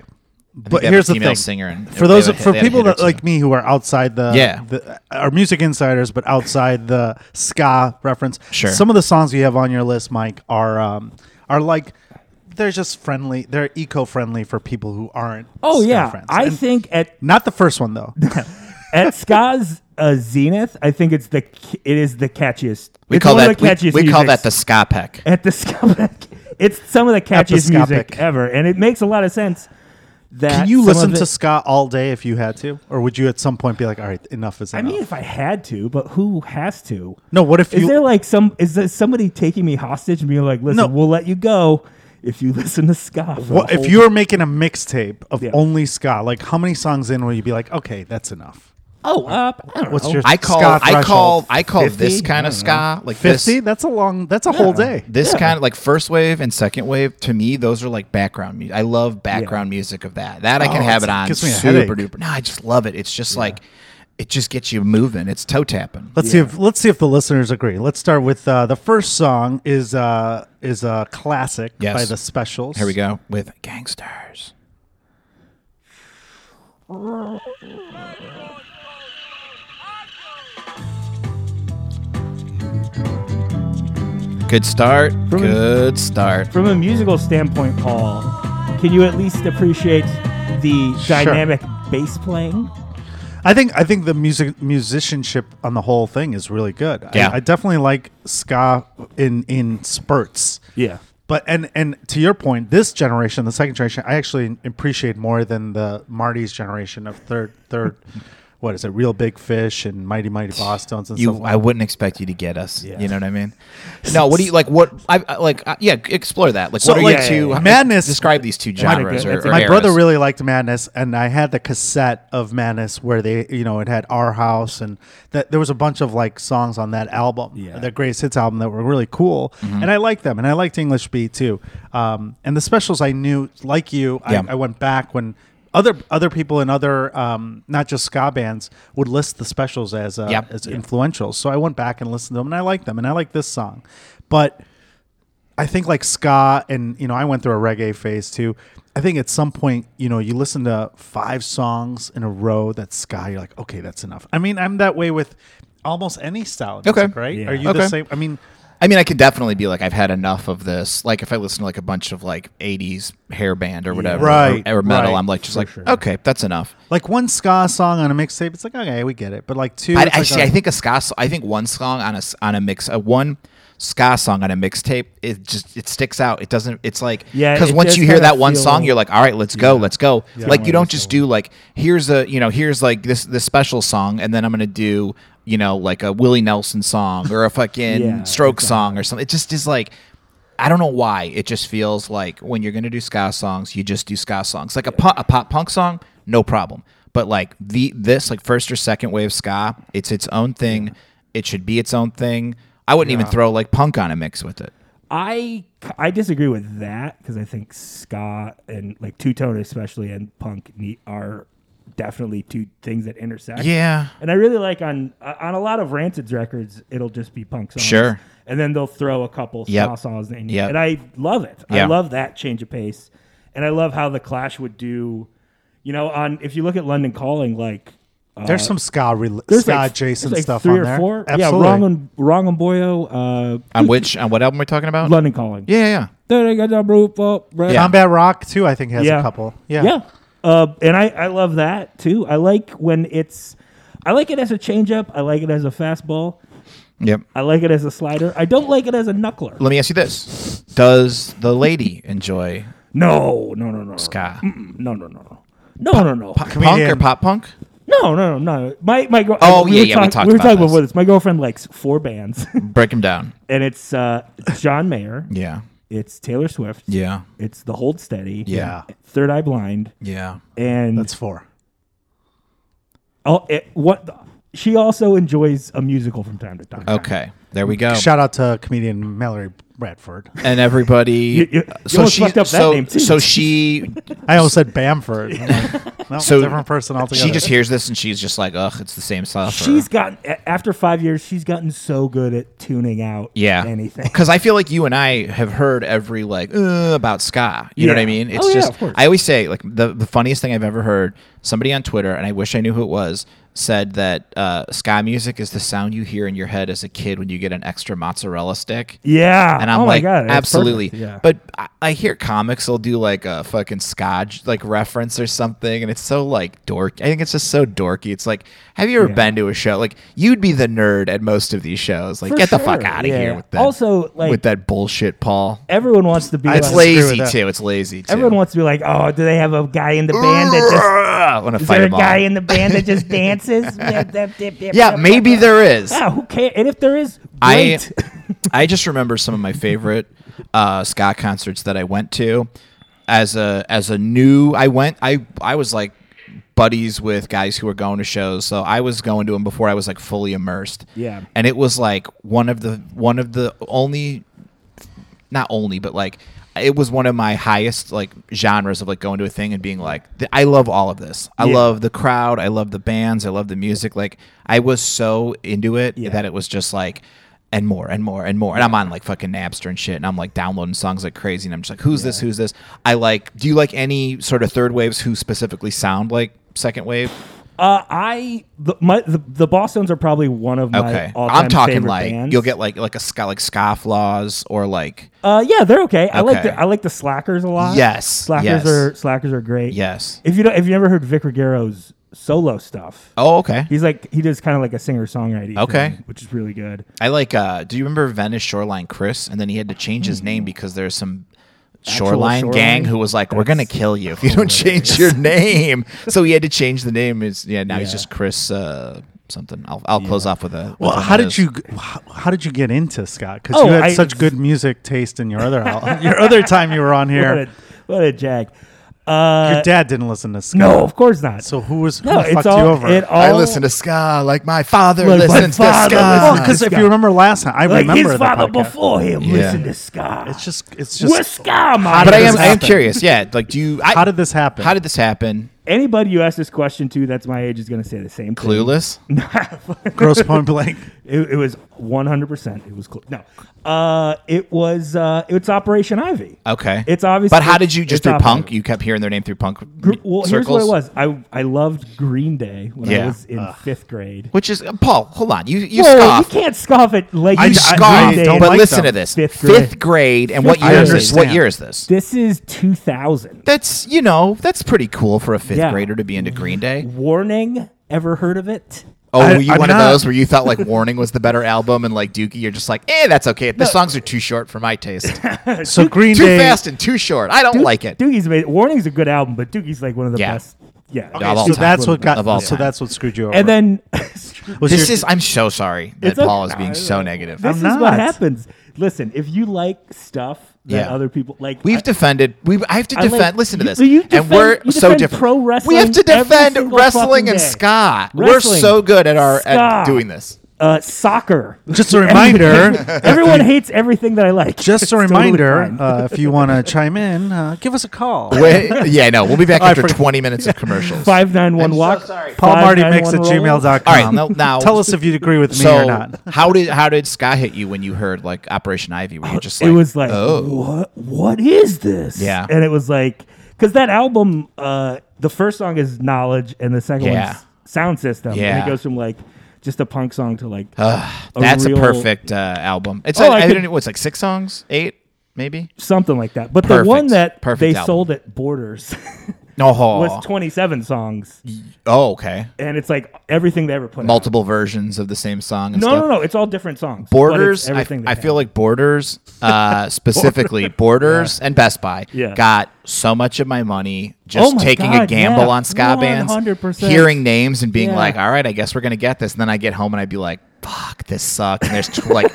S1: they have
S2: But
S1: a
S2: here's the
S1: female
S2: thing.
S1: singer and-
S2: for
S1: they
S2: those
S1: have a hit-
S2: for
S1: they had a
S2: people
S1: hit or
S2: that
S1: two.
S2: like me who are outside the
S1: Yeah.
S2: the, are music insiders but outside the ska reference.
S1: Sure.
S2: Some of the songs you have on your list, Mike, are um are like they're just friendly. They're eco-friendly for people who aren't.
S3: Oh
S2: ska
S3: yeah,
S2: friends.
S3: I
S2: And
S3: think at
S2: not the first one though.
S3: at Ska's uh, zenith, I think it's the it is the catchiest.
S1: We
S3: it's
S1: call
S3: one
S1: that
S3: of the
S1: we,
S3: catchiest
S1: we call
S3: musics.
S1: that the ska peck.
S3: at the ska. it's some of the catchiest music
S2: Episcopic.
S3: ever, and it makes a lot of sense. That
S2: Can you
S3: some
S2: listen
S3: of
S2: to
S3: it-
S2: ska all day if you had to, or would you at some point be like, "All right, enough is
S3: I
S2: enough"?
S3: mean, if I had to, but who has to?
S2: no. What if
S3: Is
S2: you?
S3: there like some? Is there somebody taking me hostage and being like, "Listen,
S2: No.
S3: we'll let you go if you listen to ska"? for
S2: Well,
S3: the
S2: if
S3: whole
S2: you were making a mixtape of
S3: Yeah.
S2: only ska, like how many songs in will you be like, okay, that's enough?
S3: Oh, uh, I don't
S2: What's
S3: know.
S2: your
S1: I call
S2: ska
S1: I call
S2: threshold?
S1: I call
S3: 50?
S1: this kind
S3: I
S1: of ska like
S2: fifty?
S1: this
S2: That's a long. That's a whole day.
S1: this kind of like first wave and second wave to me those are like background music. I love background music of that. That I can
S2: Oh,
S1: have it
S2: it's-
S1: on
S2: gives me a
S1: super
S2: headache.
S1: duper. No, I just love it. It's just like it just gets you moving. It's toe tapping.
S2: Let's see if let's see if the listeners agree. Let's start with uh, the first song is uh, is a classic
S1: Yes.
S2: by the Specials.
S1: Here we go with gangsters. Good start. Good start.
S3: From a musical standpoint, Paul, can you at least appreciate the
S2: Sure.
S3: dynamic bass playing?
S2: I think I think the music musicianship on the whole thing is really good. I-
S1: Yeah.
S2: I, definitely like ska in in spurts.
S3: Yeah.
S2: But and and to your point, this generation, the second generation, I actually appreciate more than the Marty's generation of third third. what is it? Real Big Fish and Mighty Mighty Boston's and stuff.
S1: You,
S2: like
S1: I wouldn't expect you to get us. You know what I mean? No. What do you like? What I, I like? Uh, yeah, explore that. Like,
S2: So,
S1: what are
S2: like,
S1: your two
S2: yeah, yeah, Madness-
S1: Describe these two genres.
S3: good-
S1: Or,
S3: it's
S1: or
S2: my
S1: eras.
S2: brother really liked Madness, and I had the cassette of Madness where they, you know, it had Our House, and that there was a bunch of like songs on that album,
S3: Yeah.
S2: the greatest hits album, that were really cool,
S1: Mm-hmm.
S2: and I liked them, and I liked English Beat too, um, and the specials I knew, like you,
S1: Yeah.
S2: I, I went back when. Other, other people in other um, not just ska bands would list the specials as uh,
S1: Yep.
S2: as influential. So I went back and listened to them, and I liked them, and I like this song, but I think like ska and you know I went through a reggae phase too. I think at some point you know you listen to five songs in a row that's ska. You're like, okay, that's enough. I mean, I'm that way with almost any style. Of
S1: Okay.
S2: music, right?
S3: Yeah.
S2: Are you the
S1: Okay.
S2: same? I mean,
S1: I mean, I could definitely be like, I've had enough of this. Like, if I listen to like a bunch of like '80s hair band or whatever, or-
S2: Right,
S1: or, metal,
S2: right,
S1: I'm like, just like,
S4: sure.
S1: okay, that's enough.
S2: Like one ska song on a mixtape, it's like okay, we get it. But like two,
S1: I,
S2: it's like
S1: actually,
S2: a-
S1: I think a ska. so- I think one song on a s- on a mix, a one ska song on a mixtape, it just it sticks out. It doesn't. It's like
S3: Yeah,
S1: because
S3: it
S1: once
S3: does
S1: you hear
S3: kinda
S1: that one
S3: feel-
S1: song, you're like, all right, let's go, let's go. like
S2: Definitely
S1: you don't just do like here's a you know here's like this this special song, and then I'm gonna do you know like a Willie Nelson song or a fucking
S3: Yeah,
S1: Stroke song or something. It just is like. I don't know why. It just feels like when you're going to do ska songs, you just do ska songs. Like a, pu- a pop punk song, no problem. But like the this like first or second wave ska, it's its own thing. It should be its own thing. I wouldn't even throw like punk on a mix with it.
S3: I I disagree with that because I think ska and like two tone especially and punk ne- are definitely two things that intersect.
S1: Yeah.
S3: and I really like on on a lot of Rancid's records, it'll just be punk songs.
S1: Sure.
S3: and then they'll throw a couple
S1: Yep.
S3: ska songs in,
S1: Yep.
S3: and I love it. I
S1: Yeah.
S3: love that change of pace, and I love how the Clash would do. You know, on if you look at London Calling, like
S2: there's some ska, rel
S3: Uh, there's
S2: ska
S3: like,
S2: Jason
S3: there's like
S2: stuff
S3: three
S2: on
S3: or
S2: there.
S3: four.
S2: Absolutely.
S3: Yeah, wrong on wrong on Boyo, uh,
S1: On which on what album are we talking about?
S3: London Calling.
S1: Yeah, yeah, yeah.
S3: Then I got that roof up, right?
S1: Yeah.
S2: Combat Rock too, I think has
S3: Yeah.
S2: a couple. Yeah.
S3: yeah. Uh, and I, I love that too. I like when it's, I like it as a changeup. I like it as a fastball.
S1: Yep.
S3: I like it as a slider. I don't like it as a knuckler.
S1: Let me ask you this: Does the lady enjoy
S3: No, no, no, no, no,
S1: ska?
S3: no, no, no, no, no, no, no,
S1: Punk or
S2: Comedian.
S1: pop punk?
S3: no, no, no. My my girl.
S1: Oh, yeah,
S3: were
S1: yeah, we talked
S3: we were
S1: about
S3: talking
S1: this.
S3: about this. My girlfriend likes four bands,
S1: Break them down.
S3: and it's uh, it's John Mayer,
S1: Yeah.
S3: it's Taylor Swift,
S1: Yeah.
S3: it's The Hold Steady,
S1: Yeah.
S3: Third Eye Blind,
S1: Yeah.
S3: and
S2: That's four.
S3: oh, it, what. She also enjoys a musical from time to time.
S1: Okay. There we go.
S2: Shout out to comedian Mallory Bradford.
S1: and everybody.
S3: you- you almost fucked up that
S1: so,
S3: name, too.
S1: so she
S2: I almost said Bamford. I'm like, no,
S1: So
S2: different person altogether.
S1: she just hears this and she's just like, ugh, it's the same stuff.
S3: She's gotten a- after five years. She's gotten so good at tuning out.
S1: yeah,
S3: anything.
S1: Because I feel like you and I have heard every like uh, about ska. You know what
S3: Yeah.
S1: I mean? It's
S3: Oh, yeah,
S1: just
S3: of course.
S1: I always say like the the funniest thing I've ever heard. Somebody on Twitter, and I wish I knew who it was, said that uh, ska music is the sound you hear in your head as a kid when you get an extra mozzarella stick.
S3: Yeah,
S1: And I'm
S3: oh
S1: like,
S3: my God, that's
S1: absolutely.
S3: perfect. Yeah.
S1: But I, I hear comics will do like a fucking scotch like reference or something, and it's so like dorky. I think it's just so dorky. It's like, have you ever been to a show? Like, you'd be the nerd at most of these shows. Like,
S3: For
S1: get the fuck
S3: sure,
S1: out of
S3: yeah.
S1: here with that.
S3: Also, like-
S1: with that bullshit, Paul.
S3: everyone wants to be.
S1: It's
S3: like,
S2: disagree with
S1: lazy
S2: that.
S1: too. It's lazy too.
S3: everyone wants to be like, oh, do they have a guy in the band that just?
S1: want to
S3: Is
S1: fight
S3: there a
S1: them all.
S3: guy in the band that just dances? yeah,
S1: yeah, maybe there is.
S3: Yeah, who cares? And if there is,
S1: I
S3: great.
S1: I just remember some of my favorite uh, ska concerts that I went to as a as a new I went I I was like buddies with guys who were going to shows so I was going to them before I was like fully immersed
S3: Yeah.
S1: and it was like one of the one of the only not only but like it was one of my highest like genres of like going to a thing and being like th- i love all of this i
S3: Yeah.
S1: love the crowd i love the bands i love the music like i was so into it
S3: Yeah.
S1: that it was just like and more and more and more and i'm on like fucking napster and shit and i'm like downloading songs like crazy and i'm just like who's this who's this i like do you like any sort of third waves who specifically sound like second wave
S3: uh, I the, my the, the Boston's are probably one of my
S1: okay
S3: all-time
S1: i'm talking
S3: favorite
S1: like
S3: bands.
S1: you'll get like like a ska like ska flaws or like
S3: Uh, yeah, they're okay. I like
S1: Okay.
S3: the I like the Slackers a lot.
S1: Yes,
S3: Slackers
S1: yes.
S3: are Slackers are great.
S1: yes
S3: If you don't, if you never heard Vic Ruggiero's solo stuff,
S1: oh okay
S3: he's like he does kind of like a singer songwriter.
S1: Okay.
S3: which is really good.
S1: I like. uh Do you remember Venice Shoreline Chris? And then he had to change his name because there's some shoreline,
S3: Mm. shoreline?
S1: gang who was like, "We're gonna kill you if you don't change your name." So he had to change the name. It's yeah. Now he's
S3: Yeah.
S1: just Chris uh, something. I'll I'll close off with a.
S2: Well,
S1: with
S2: how
S1: his.
S2: did you how, how did you get into Scott? Because
S3: Oh,
S2: you had
S3: I-
S2: such good music taste in your other al- your other time you were on
S3: What
S2: here.
S3: a what a jag. Uh,
S2: your dad didn't listen to Scott.
S3: no, of course not.
S2: So who was who
S3: no,
S2: fucked
S3: it's
S2: you
S3: all
S2: over?
S3: it all.
S1: I listen to ska like my father
S3: Like my
S1: listens
S3: father
S1: to ska.
S2: well,
S3: listens
S2: because
S3: to
S2: if
S3: Scott.
S2: you remember last time, I
S3: like
S2: remember
S3: his
S2: the
S3: father
S2: podcast.
S3: before him.
S1: Yeah.
S3: Listen to Ska.
S2: It's just it's
S3: we're
S2: just
S3: Ska, man.
S1: But I am
S2: this
S1: I am
S2: happen?
S1: curious. Yeah, like do you? I,
S2: how did this happen?
S1: How did this happen?
S3: Anybody you ask this question to that's my age is going to say the same thing.
S1: Clueless.
S2: Gross point blank.
S3: It, it was 100%. It was cool. No. Uh, it was uh, it's Operation Ivy.
S1: Okay.
S3: It's obvious-
S1: But how did you
S3: it's
S1: just through
S3: obvious.
S1: punk? You kept hearing their name through punk
S3: Gr- well, here's what
S1: circles?
S3: it was. I I loved Green Day when I
S1: Yeah.
S3: was in 5th grade.
S1: Which is uh, Paul. Hold on. You you
S3: Whoa,
S1: scoff.
S3: you can't scoff at like
S1: you
S3: Green
S1: scoff.
S3: Day
S2: don't
S3: and
S1: but
S2: like
S1: listen
S2: them.
S1: to this.
S3: Fifth
S1: Fifth
S3: grade.
S1: grade. and what
S3: I
S1: year is this? What
S2: understand.
S1: year is this?
S3: This is 2000.
S1: That's you know that's pretty cool for a fifth
S3: Yeah.
S1: grader to be into Green Day.
S3: Warning. Ever heard of it?
S1: Oh,
S2: I-
S1: were you
S2: I'm
S1: one
S2: not-
S1: of those where you thought like Warning was the better album and like Dookie, you're just like, eh, that's okay. The songs are too short for my taste.
S2: So Green
S1: too
S2: Day.
S1: fast and too short. I don't like it.
S3: Doogie's amazing. Warning's a good album, but Doogie's like one of the
S1: Yeah.
S3: best. Yeah.
S1: Okay, Of all
S2: So
S1: time.
S2: that's what
S1: Of all
S2: got. So
S1: time.
S2: that's what screwed you over.
S3: and then
S2: Was
S1: This
S2: your-
S1: is. I'm so sorry that
S3: It's okay.
S1: Paul is being so negative.
S3: this is
S2: I'm
S3: what
S2: not.
S3: happens. Listen, if you like stuff that
S1: Yeah.
S3: other people like,
S1: We've
S3: I-
S1: defended. We I have to
S3: I
S1: defend.
S3: like-
S1: listen to
S3: you-
S1: this,
S3: you
S1: and
S3: defend-
S1: we're
S3: you
S1: so
S3: defend
S1: different.
S3: pro
S1: we have to
S3: wrestling every
S1: defend
S3: single
S1: wrestling
S3: fucking
S1: and
S3: day.
S1: ska. We're
S3: Wrestling,
S1: so good at our
S3: ska.
S1: at doing this.
S3: uh, soccer.
S2: just a reminder.
S3: Everyone hates everything that I like.
S2: Just
S3: It's
S2: a
S3: totally
S2: reminder.
S3: fine.
S2: uh, if you want to chime in, uh, give us a call.
S1: Wait, yeah, no, we'll be back
S2: I
S1: after
S2: forgot-
S1: 20 minutes of commercials.
S3: Five nine one
S1: I'm so
S3: walk.
S1: sorry. Paul
S2: Paul Marty
S3: makes
S2: Mix at gmail.com.
S1: All right, now- now-
S2: tell us if you agree with me
S1: so,
S2: or not.
S1: how did how did ska hit you when you heard like Operation Ivy? Were you just like,
S3: it was like,
S1: oh,
S3: what? What is this?
S1: Yeah.
S3: and it was like because that album, uh, the first song is Knowledge, and the second
S1: Yeah.
S3: one's Sound System. and
S1: Yeah.
S3: it goes from like just a punk song to like a
S1: that's a,
S3: real-
S1: perfect uh, album. It's
S3: Oh,
S1: like,
S3: I
S1: I,
S3: could-
S1: don't know, what's like six songs, eight maybe.
S3: something like that. But
S1: Perfect.
S3: the one that
S1: Perfect
S3: they
S1: album.
S3: sold at Borders
S1: No,
S3: was twenty seven songs,
S1: oh, okay,
S3: and it's like everything they ever put. out.
S1: multiple versions of the same song. And
S3: No,
S1: stuff.
S3: no, no. It's all different songs. but it's
S1: Borders, I,
S3: everything they
S1: I
S3: had.
S1: feel like Borders, uh, specifically Borders and Best Buy,
S3: Yeah. Oh
S1: got so much of my money just
S3: my
S1: taking a
S3: God,
S1: gamble
S3: yeah.
S1: on ska bands,
S3: 100%.
S1: hearing names and being
S3: Yeah.
S1: like, all right, I guess we're going to get this. And then I get home and I'd be like, fuck, this sucks. And there's tw- like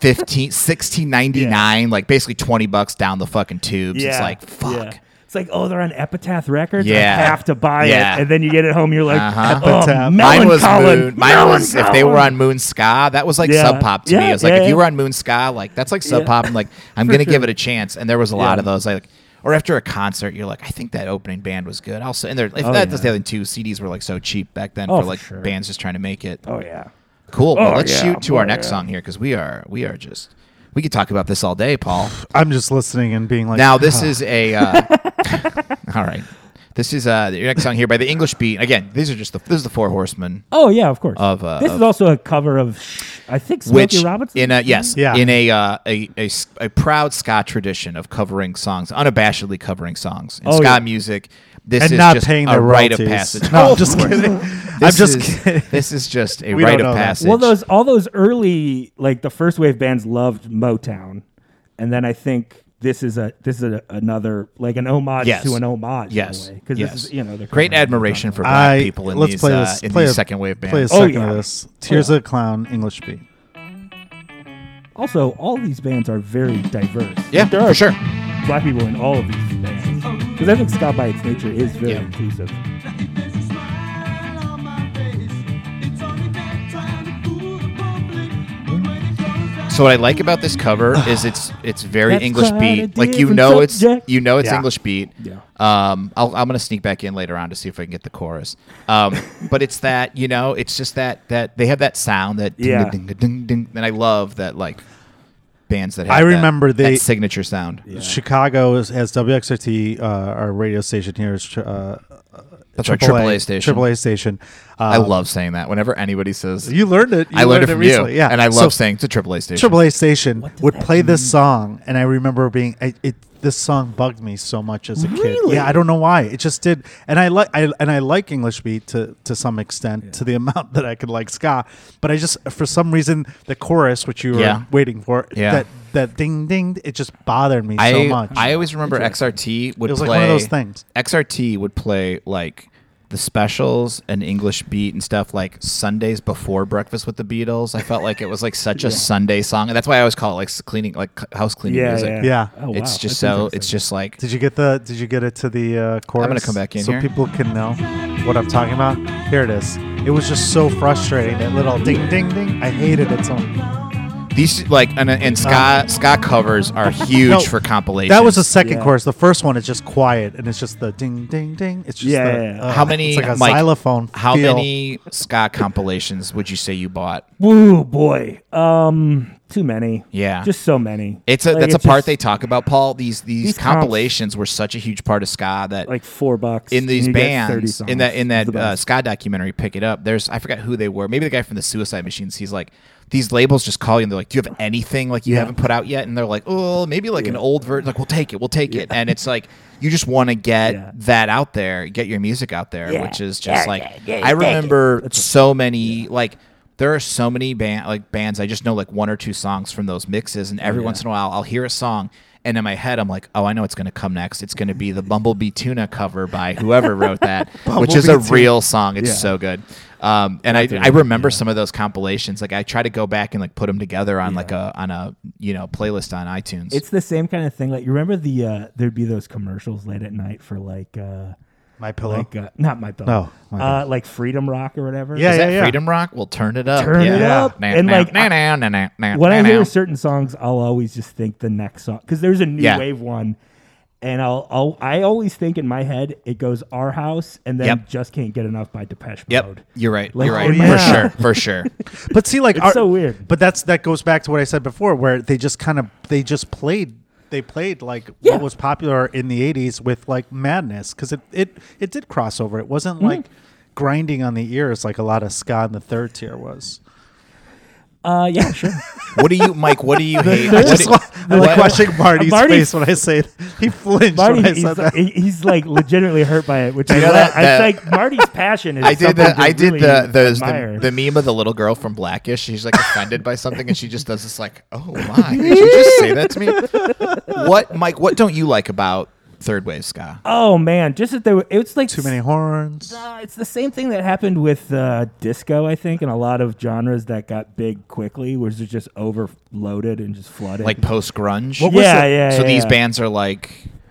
S1: 15, 1699, like basically 20 bucks down the fucking tubes. It's like, fuck.
S3: Yeah. It's like, oh, they're on Epitaph Records.
S1: Yeah.
S3: I have to buy
S1: Yeah.
S3: it. And then you get it home, you're like,
S1: Uh-huh.
S3: oh,
S2: Epitaph.
S1: Mine was
S3: Melancholy.
S1: Moon. Mine was if they were on Moon Ska, that was like
S3: Yeah.
S1: sub pop to me.
S3: Yeah,
S1: It was like
S3: yeah,
S1: if
S3: yeah.
S1: you were on Moon Ska, like that's like sub pop. I'm like I'm gonna give it a chance. And there was a lot of those. Like or after a concert, you're like, I think that opening band was good. Also, and there if that that's the other thing too. CDs were like so cheap back then
S3: Oh,
S1: for
S3: for
S1: like
S3: sure.
S1: bands just trying to make it.
S3: Oh, yeah.
S1: Cool. Well,
S3: Oh,
S1: let's
S3: yeah.
S1: shoot to
S3: Oh,
S1: our next
S3: yeah.
S1: song here because we are we are just we could talk about this all day, Paul.
S2: I'm just listening and being like,
S1: Now this is a uh, all right. This is uh, your next song here by the English Beat. Again, these are just the this is the Four Horsemen.
S3: Oh, yeah, of course.
S1: Of, uh,
S3: this
S1: of-
S3: is also a cover of, Sh- I think, Smokey
S1: which
S3: Robinson.
S1: in a yes
S2: Yeah.
S1: in a, uh, a, a s- a proud ska tradition of covering songs unabashedly covering songs in
S3: Oh,
S1: ska
S3: yeah.
S1: music this
S2: and
S1: is
S2: not
S1: just
S2: paying
S1: a
S2: the
S1: rite
S2: royalties.
S1: of passage
S2: No,
S1: Oh,
S2: I'm just
S1: of course.
S2: kidding. I'm
S1: this
S2: just
S1: is,
S2: kidding.
S1: this is just a
S2: We
S1: rite
S2: don't
S1: of
S2: know that.
S1: passage
S3: well, those all those early, like the first wave bands loved Motown. And then I think. This is a this is a, another like an homage
S1: Yes.
S3: to an homage.
S1: yes
S3: because
S1: yes.
S3: this is you know they're
S1: great
S3: covering-
S1: admiration for black
S2: I
S1: people in
S2: let's
S1: these
S2: play
S1: uh,
S2: this
S1: in
S2: play
S1: these
S2: a,
S1: second wave bands
S2: Play a
S3: Oh,
S2: second
S3: yeah.
S2: of this. Tears
S3: yeah.
S2: of a Clown, English beat.
S3: Also, all these bands are very diverse.
S1: yeah
S3: Like, there are
S1: for sure
S3: black people in all of these bands. Because I think ska by its nature is very
S1: Yeah.
S3: inclusive.
S4: There's a smile on my face. It's only that trying to fool the public. But when it goes down-
S1: So what I like about this cover is it's it's very
S3: That's
S1: English
S3: quite a
S1: beat. Like you
S3: different
S1: know it's
S3: subject.
S1: you know it's
S2: Yeah.
S1: English beat.
S3: Yeah.
S1: Um, I'll, I'm gonna sneak back in later on to see if I can get the chorus. Um, but it's that you know it's just that that they have that sound that ding,
S3: Yeah.
S1: ding, ding, ding, ding, and I love that like bands that have
S2: I
S1: that-
S2: remember
S1: that,
S2: they-
S1: signature sound.
S2: Chicago is, has WXRT, uh, our radio station here is uh,
S1: That's our AAA station.
S2: AAA station. Uh,
S1: I love saying that whenever anybody says
S2: You learned it. You
S1: I learned it from
S2: recently.
S1: you.
S2: Yeah,
S1: and I love
S2: So
S1: saying it's a AAA station.
S2: AAA station would play this song, and I remember being I, it. This song bugged me so much as a kid.
S3: Really?
S2: Yeah, I don't know why. It just did, and I like I, and I like English beat to to some extent to the amount that I could like ska, but I just for some reason the chorus which you were
S1: Yeah.
S2: waiting for
S1: Yeah.
S2: that that ding ding it just bothered me
S1: I
S2: so much.
S1: I always remember XRT would
S2: It was
S1: play
S2: like one of those things.
S1: XRT would play like the specials and English beat and stuff like Sundays before Breakfast with the Beatles. I felt like it was like such a Sunday song, and that's why I always call it like s- cleaning, like c- house cleaning music.
S2: Yeah.
S3: Oh, wow.
S1: It's just so.
S3: That's interesting.
S1: It's just like
S2: did you get the Did you get it to the uh, chorus?
S1: come back in
S2: so
S1: here.
S2: people can know what I'm talking about. Here it is. It was just so frustrating. That little ding ding ding. I hated it so. much.
S1: These like and, and ska ska covers are huge
S2: Um, No,
S1: for compilations.
S2: That was the second
S3: Yeah.
S2: chorus. The first one is just quiet, and it's just the ding, ding, ding. It's just
S3: Yeah,
S2: the,
S3: yeah, yeah.
S2: uh,
S1: how many
S2: It's like a
S1: Mike,
S2: xylophone.
S1: How
S2: feel.
S1: many ska compilations would you say you bought?
S3: Woo boy. Um, too many.
S1: Yeah.
S3: Just so many.
S1: It's a
S3: Like,
S1: that's a part
S3: just
S1: they talk about, Paul. These these,
S3: These comps-
S1: compilations were such a huge part of ska that
S3: like four bucks
S1: in these
S3: and you get 30
S1: bands in that in
S3: songs.
S1: that
S3: It's the
S1: uh,
S3: best.
S1: ska documentary pick it up there's i forgot who they were maybe the guy from the suicide machines he's like these labels just call you and they're like do you have anything like you
S3: Yeah.
S1: haven't put out yet and they're like oh maybe like an old version like we'll take it we'll take it and it's like you just want to get
S3: Yeah.
S1: that out there get your music out there
S3: Yeah.
S1: which is just
S3: Yeah,
S1: like
S3: yeah, yeah,
S1: i
S3: take it.
S1: remember so many like there are so many band like bands I just know like one or two songs from those mixes, and every once in a while I'll hear a song, and in my head I'm like, oh, I know it's going to come next. It's going to be the Bumblebee Tuna cover by whoever wrote that, which is a
S2: Bumblebee Tuna.
S1: real song. It's
S3: Yeah.
S1: so good. Um, and I, I remember some of those compilations. Like I try to go back and like put them together on like a on a you know playlist on iTunes.
S3: It's the same kind of thing. Like you remember the uh, there'd be those commercials late at night for like uh,
S2: My pillow.
S3: like uh, not my pillow.
S2: No, my
S3: uh, like Freedom Rock or whatever.
S2: Yeah,
S1: is
S2: yeah,
S1: that
S2: yeah.
S1: Freedom Rock? Well, turn it up.
S3: Turn it
S2: Yeah.
S3: up.
S1: Nah,
S3: and
S1: nah,
S3: like
S1: nah,
S3: I-
S1: nah, nah, nah, nah,
S3: when I
S1: nah.
S3: hear certain songs, I'll always just think the next song because there's a new
S1: Yeah.
S3: wave one, and I'll, I'll I always think in my head it goes Our House and then
S1: Yep.
S3: just can't get enough by Depeche Mode.
S1: Yep, you're right.
S3: Like,
S1: you're right.
S3: oh,
S2: yeah.
S1: For sure. For sure.
S2: But see, like,
S3: It's so weird.
S2: But that's that goes back to what I said before, where they just kind of they just played. They played like
S3: Yeah.
S2: what was popular in the '80s with like madness because it it it did cross over. It wasn't
S3: Mm-hmm.
S2: like grinding on the ears like a lot of ska in the third tier was.
S3: Uh, yeah, sure.
S1: What do you, Mike? What do you hate?
S2: I
S1: What
S2: just
S1: do-
S2: wa- I like
S1: what-
S2: watching Marty's,
S3: Marty's-
S2: face when I say it. he flinched
S3: Marty,
S2: when I
S3: he's,
S2: said
S3: like,
S2: that.
S3: he- he's like legitimately hurt by it, which I
S1: you know
S3: love.
S1: that- that-
S3: I like Marty's passion is.
S1: I did
S3: something
S1: the
S3: to
S1: I did
S3: really
S1: the those the,
S3: admire.
S1: the meme of the little girl from Blackish. She's like offended by something, and she just does this like, "Oh my!" Did you just say that to me? What, Mike? What don't you like about third wave ska?
S3: oh man, just that there were, it's like
S2: Too many horns.
S3: Uh, it's the same thing that happened with uh, disco, I think, and a lot of genres that got big quickly, was they're just overloaded and just flooded.
S1: Like post grunge.
S2: What was
S3: yeah,
S2: it?
S3: yeah.
S1: so
S3: yeah,
S1: these
S3: yeah.
S1: bands are like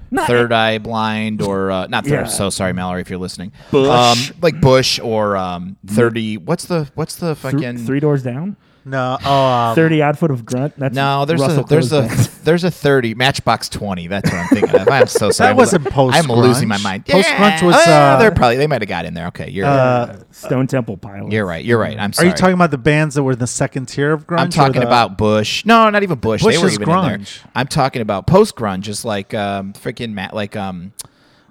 S3: Not-
S1: Third Eye Blind or uh, not. Third,
S3: Yeah.
S1: So sorry, Mallory, if you're listening.
S3: Bush. Mm-hmm.
S1: Um, like Bush or um, Thirty. What's the what's the
S3: Thr-
S1: fucking
S3: three doors down,
S2: No, oh, um,
S3: thirty odd foot of grunt. That's
S1: No, there's
S3: Russell
S1: a there's
S3: Crowe's band.
S1: a there's a thirty Matchbox twenty. That's what I'm thinking of. I'm so sorry.
S2: That
S1: I'm
S2: wasn't
S1: lo-
S2: post-grunge.
S1: I'm losing my mind.
S2: Post-grunge was,
S1: Oh,
S2: uh,
S1: they're probably they might have got in there. Okay, you're
S2: uh,
S3: Stone Temple Pilots.
S1: you're right. You're right. I'm
S2: are
S1: sorry.
S2: you talking about the bands that were in the second tier of grunge?
S1: I'm
S2: or
S1: talking
S2: the-
S1: about Bush. No, not even Bush.
S2: Bush
S1: they were
S2: is
S1: even in there.
S2: grunge.
S1: I'm talking about post grunge, just like um freaking Matt, like um,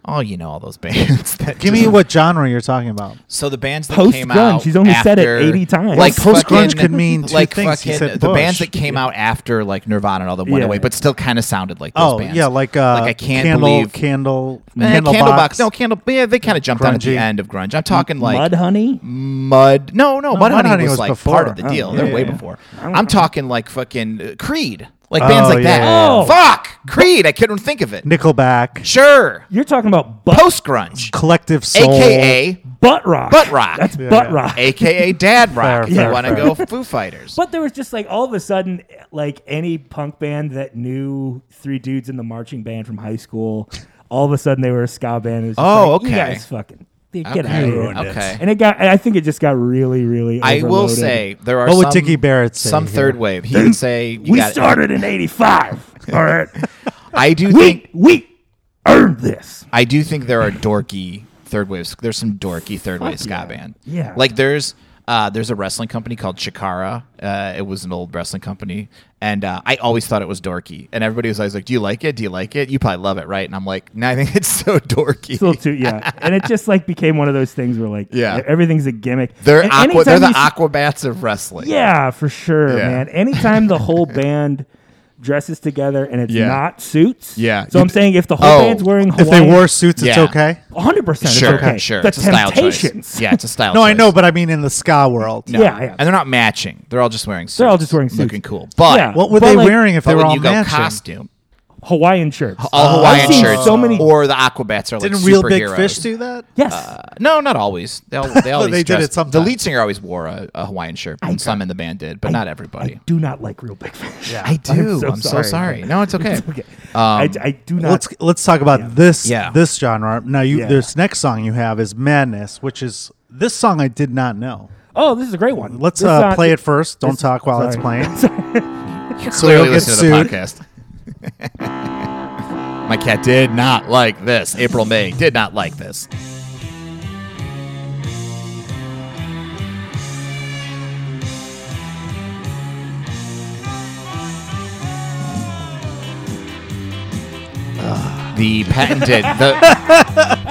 S1: oh you know all those bands. That
S2: Give
S1: just-
S2: me what genre you're talking about.
S1: So the bands that
S3: Post
S1: came
S3: grunge.
S1: out.
S3: He's only said it
S1: after-
S3: 80 times.
S1: Like
S2: Well, post grunge
S1: fucking-
S2: could mean two
S1: like
S2: things. He
S1: fucking
S2: said
S1: the
S2: Bush.
S1: bands that came out after like Nirvana and all the Wonder
S3: Yeah.
S1: Way, but still kind of sounded like those
S2: Oh
S1: bands.
S2: yeah, like uh,
S1: like I can't
S2: candle,
S1: believe
S2: candle,
S1: Eh,
S2: candle, box.
S1: No, Candle. Yeah, they kind of jumped on at the
S2: Grungy.
S1: end of grunge. I'm talking like
S3: Mud Honey.
S1: Mud- No, no, Mud Honey, was, like
S2: before.
S1: part of the
S2: Oh,
S1: deal.
S2: yeah,
S1: They're way
S3: yeah.
S1: before. I'm talking like fucking uh, Creed, like bands
S2: Oh,
S1: like that.
S2: yeah, yeah,
S3: yeah. Oh.
S1: Fuck Creed. I couldn't think of it.
S2: Nickelback,
S1: Sure,
S3: You're talking about butt,
S1: post grunge,
S2: Collective Soul,
S1: aka
S3: butt rock.
S1: butt rock.
S3: That's
S2: Yeah,
S3: butt
S2: yeah.
S3: rock.
S1: aka Dad Rock.
S2: Fair, fair,
S1: you want to
S2: fair.
S1: go Foo Fighters?
S3: But there was just like all of a sudden, like any punk band that knew three dudes in the marching band from high school, all of a sudden they were a ska band. It was just
S1: Oh,
S3: like, You
S1: okay.
S3: guys fucking get out of
S1: Okay,
S3: here.
S1: okay.
S3: And it got. I think it just got really, really.
S1: I will
S3: overloaded.
S1: say there are
S2: What would
S1: some,
S2: Dickie Barrett say
S1: some
S2: here?
S1: third wave. He would say you
S3: we
S1: got it.
S3: started in '85. All right,
S1: I do think
S3: we we earned this.
S1: I do think there are dorky third waves. There's some dorky third wave ska
S3: yeah.
S1: band.
S3: Yeah.
S1: Like there's uh, there's a wrestling company called Chikara. Uh, it was an old wrestling company, and uh, I always thought it was dorky. And everybody was always like, "Do you like it? Do you like it? You probably love it, right?" And I'm like, "No, I think it's so dorky."
S3: Still too, yeah. And it just like became one of those things where like,
S1: Yeah.
S3: everything's a gimmick.
S1: they're
S3: And
S1: aqua,
S3: anytime
S1: they're the
S3: you see-
S1: Aquabats of wrestling.
S3: Yeah, for sure,
S1: Yeah.
S3: man. Anytime the whole band dresses together and it's
S1: Yeah.
S3: not suits.
S1: Yeah.
S3: So I'm saying if the whole
S1: Oh.
S3: band's wearing
S2: If they
S3: Hawaiian,
S2: wore suits, it's
S1: Yeah.
S2: okay.
S3: 100, percent
S1: Sure,
S3: it's okay.
S1: sure.
S3: The
S1: it's a style
S3: Temptations.
S1: choice. Yeah, it's a style.
S2: No, I
S1: choice.
S2: know, but I mean in the ska world.
S1: No.
S3: Yeah, yeah.
S1: and they're not matching. They're all just wearing. suits.
S3: They're all just wearing suits.
S1: looking cool. But
S3: Yeah.
S2: What were
S3: But
S2: they
S3: like-
S2: wearing if
S1: but
S2: they were
S1: when
S2: all
S1: you go
S2: matching?
S1: costume,
S3: Hawaiian shirts.
S1: all
S3: I've
S1: Hawaiian
S3: seen
S1: shirts,
S3: so many.
S1: or the Aquabats are like
S2: Didn't real big
S1: superheroes. Uh,
S2: fish do that?
S3: yes.
S1: No, not always. They, all, they always
S2: They did
S1: dressed-
S2: it sometimes.
S1: The lead singer always wore a, a Hawaiian shirt, and some in the band did, but not everybody.
S3: I do not like real big fish.
S1: I, do. I'm, so, sorry. No, it's okay.
S3: okay.
S1: Um,
S3: I, I do not.
S2: Let's let's talk about this
S1: Yeah.
S2: this genre. Now you
S3: Yeah.
S2: this next song you have is Madness, which is this song I did not know.
S3: oh, this is a great one.
S2: Let's
S3: This e
S2: uh,
S3: song-
S2: play it first. Don't
S3: this-
S2: talk while it's
S3: sorry.
S2: playing. so we
S1: Clearly
S2: don't get
S1: listen to the
S2: sued.
S1: podcast. My cat did not like this. April May did not like this. The patented the,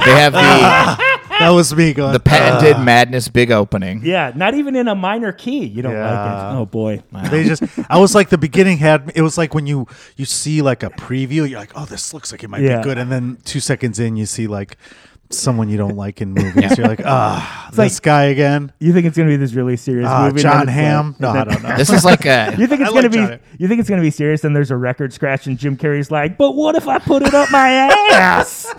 S1: they have the
S2: That was me going. uh,
S1: the patented madness big opening.
S3: Yeah, not even in a minor key. You don't like
S2: Yeah.
S3: it. Oh boy.
S2: They just, I was like, the beginning had, it was like when you you see like a preview, you're like, oh, this looks like it might
S3: Yeah.
S2: be good, and then two seconds in, you see like someone you don't like in movies, you're like, ah, this
S3: like-
S2: guy again,
S3: You think it's gonna be this really serious
S2: Ah,
S3: movie? and then
S2: John
S3: it's
S2: Hamm.
S3: like-
S2: No,
S3: and
S2: I
S3: then-
S2: don't know.
S1: This is like a
S3: You think it's
S2: I
S3: gonna
S2: like
S3: be?
S2: John Hamm.
S3: You think it's gonna be serious? And there's a record scratch, and Jim Carrey's like, "But what if I put it up my ass?"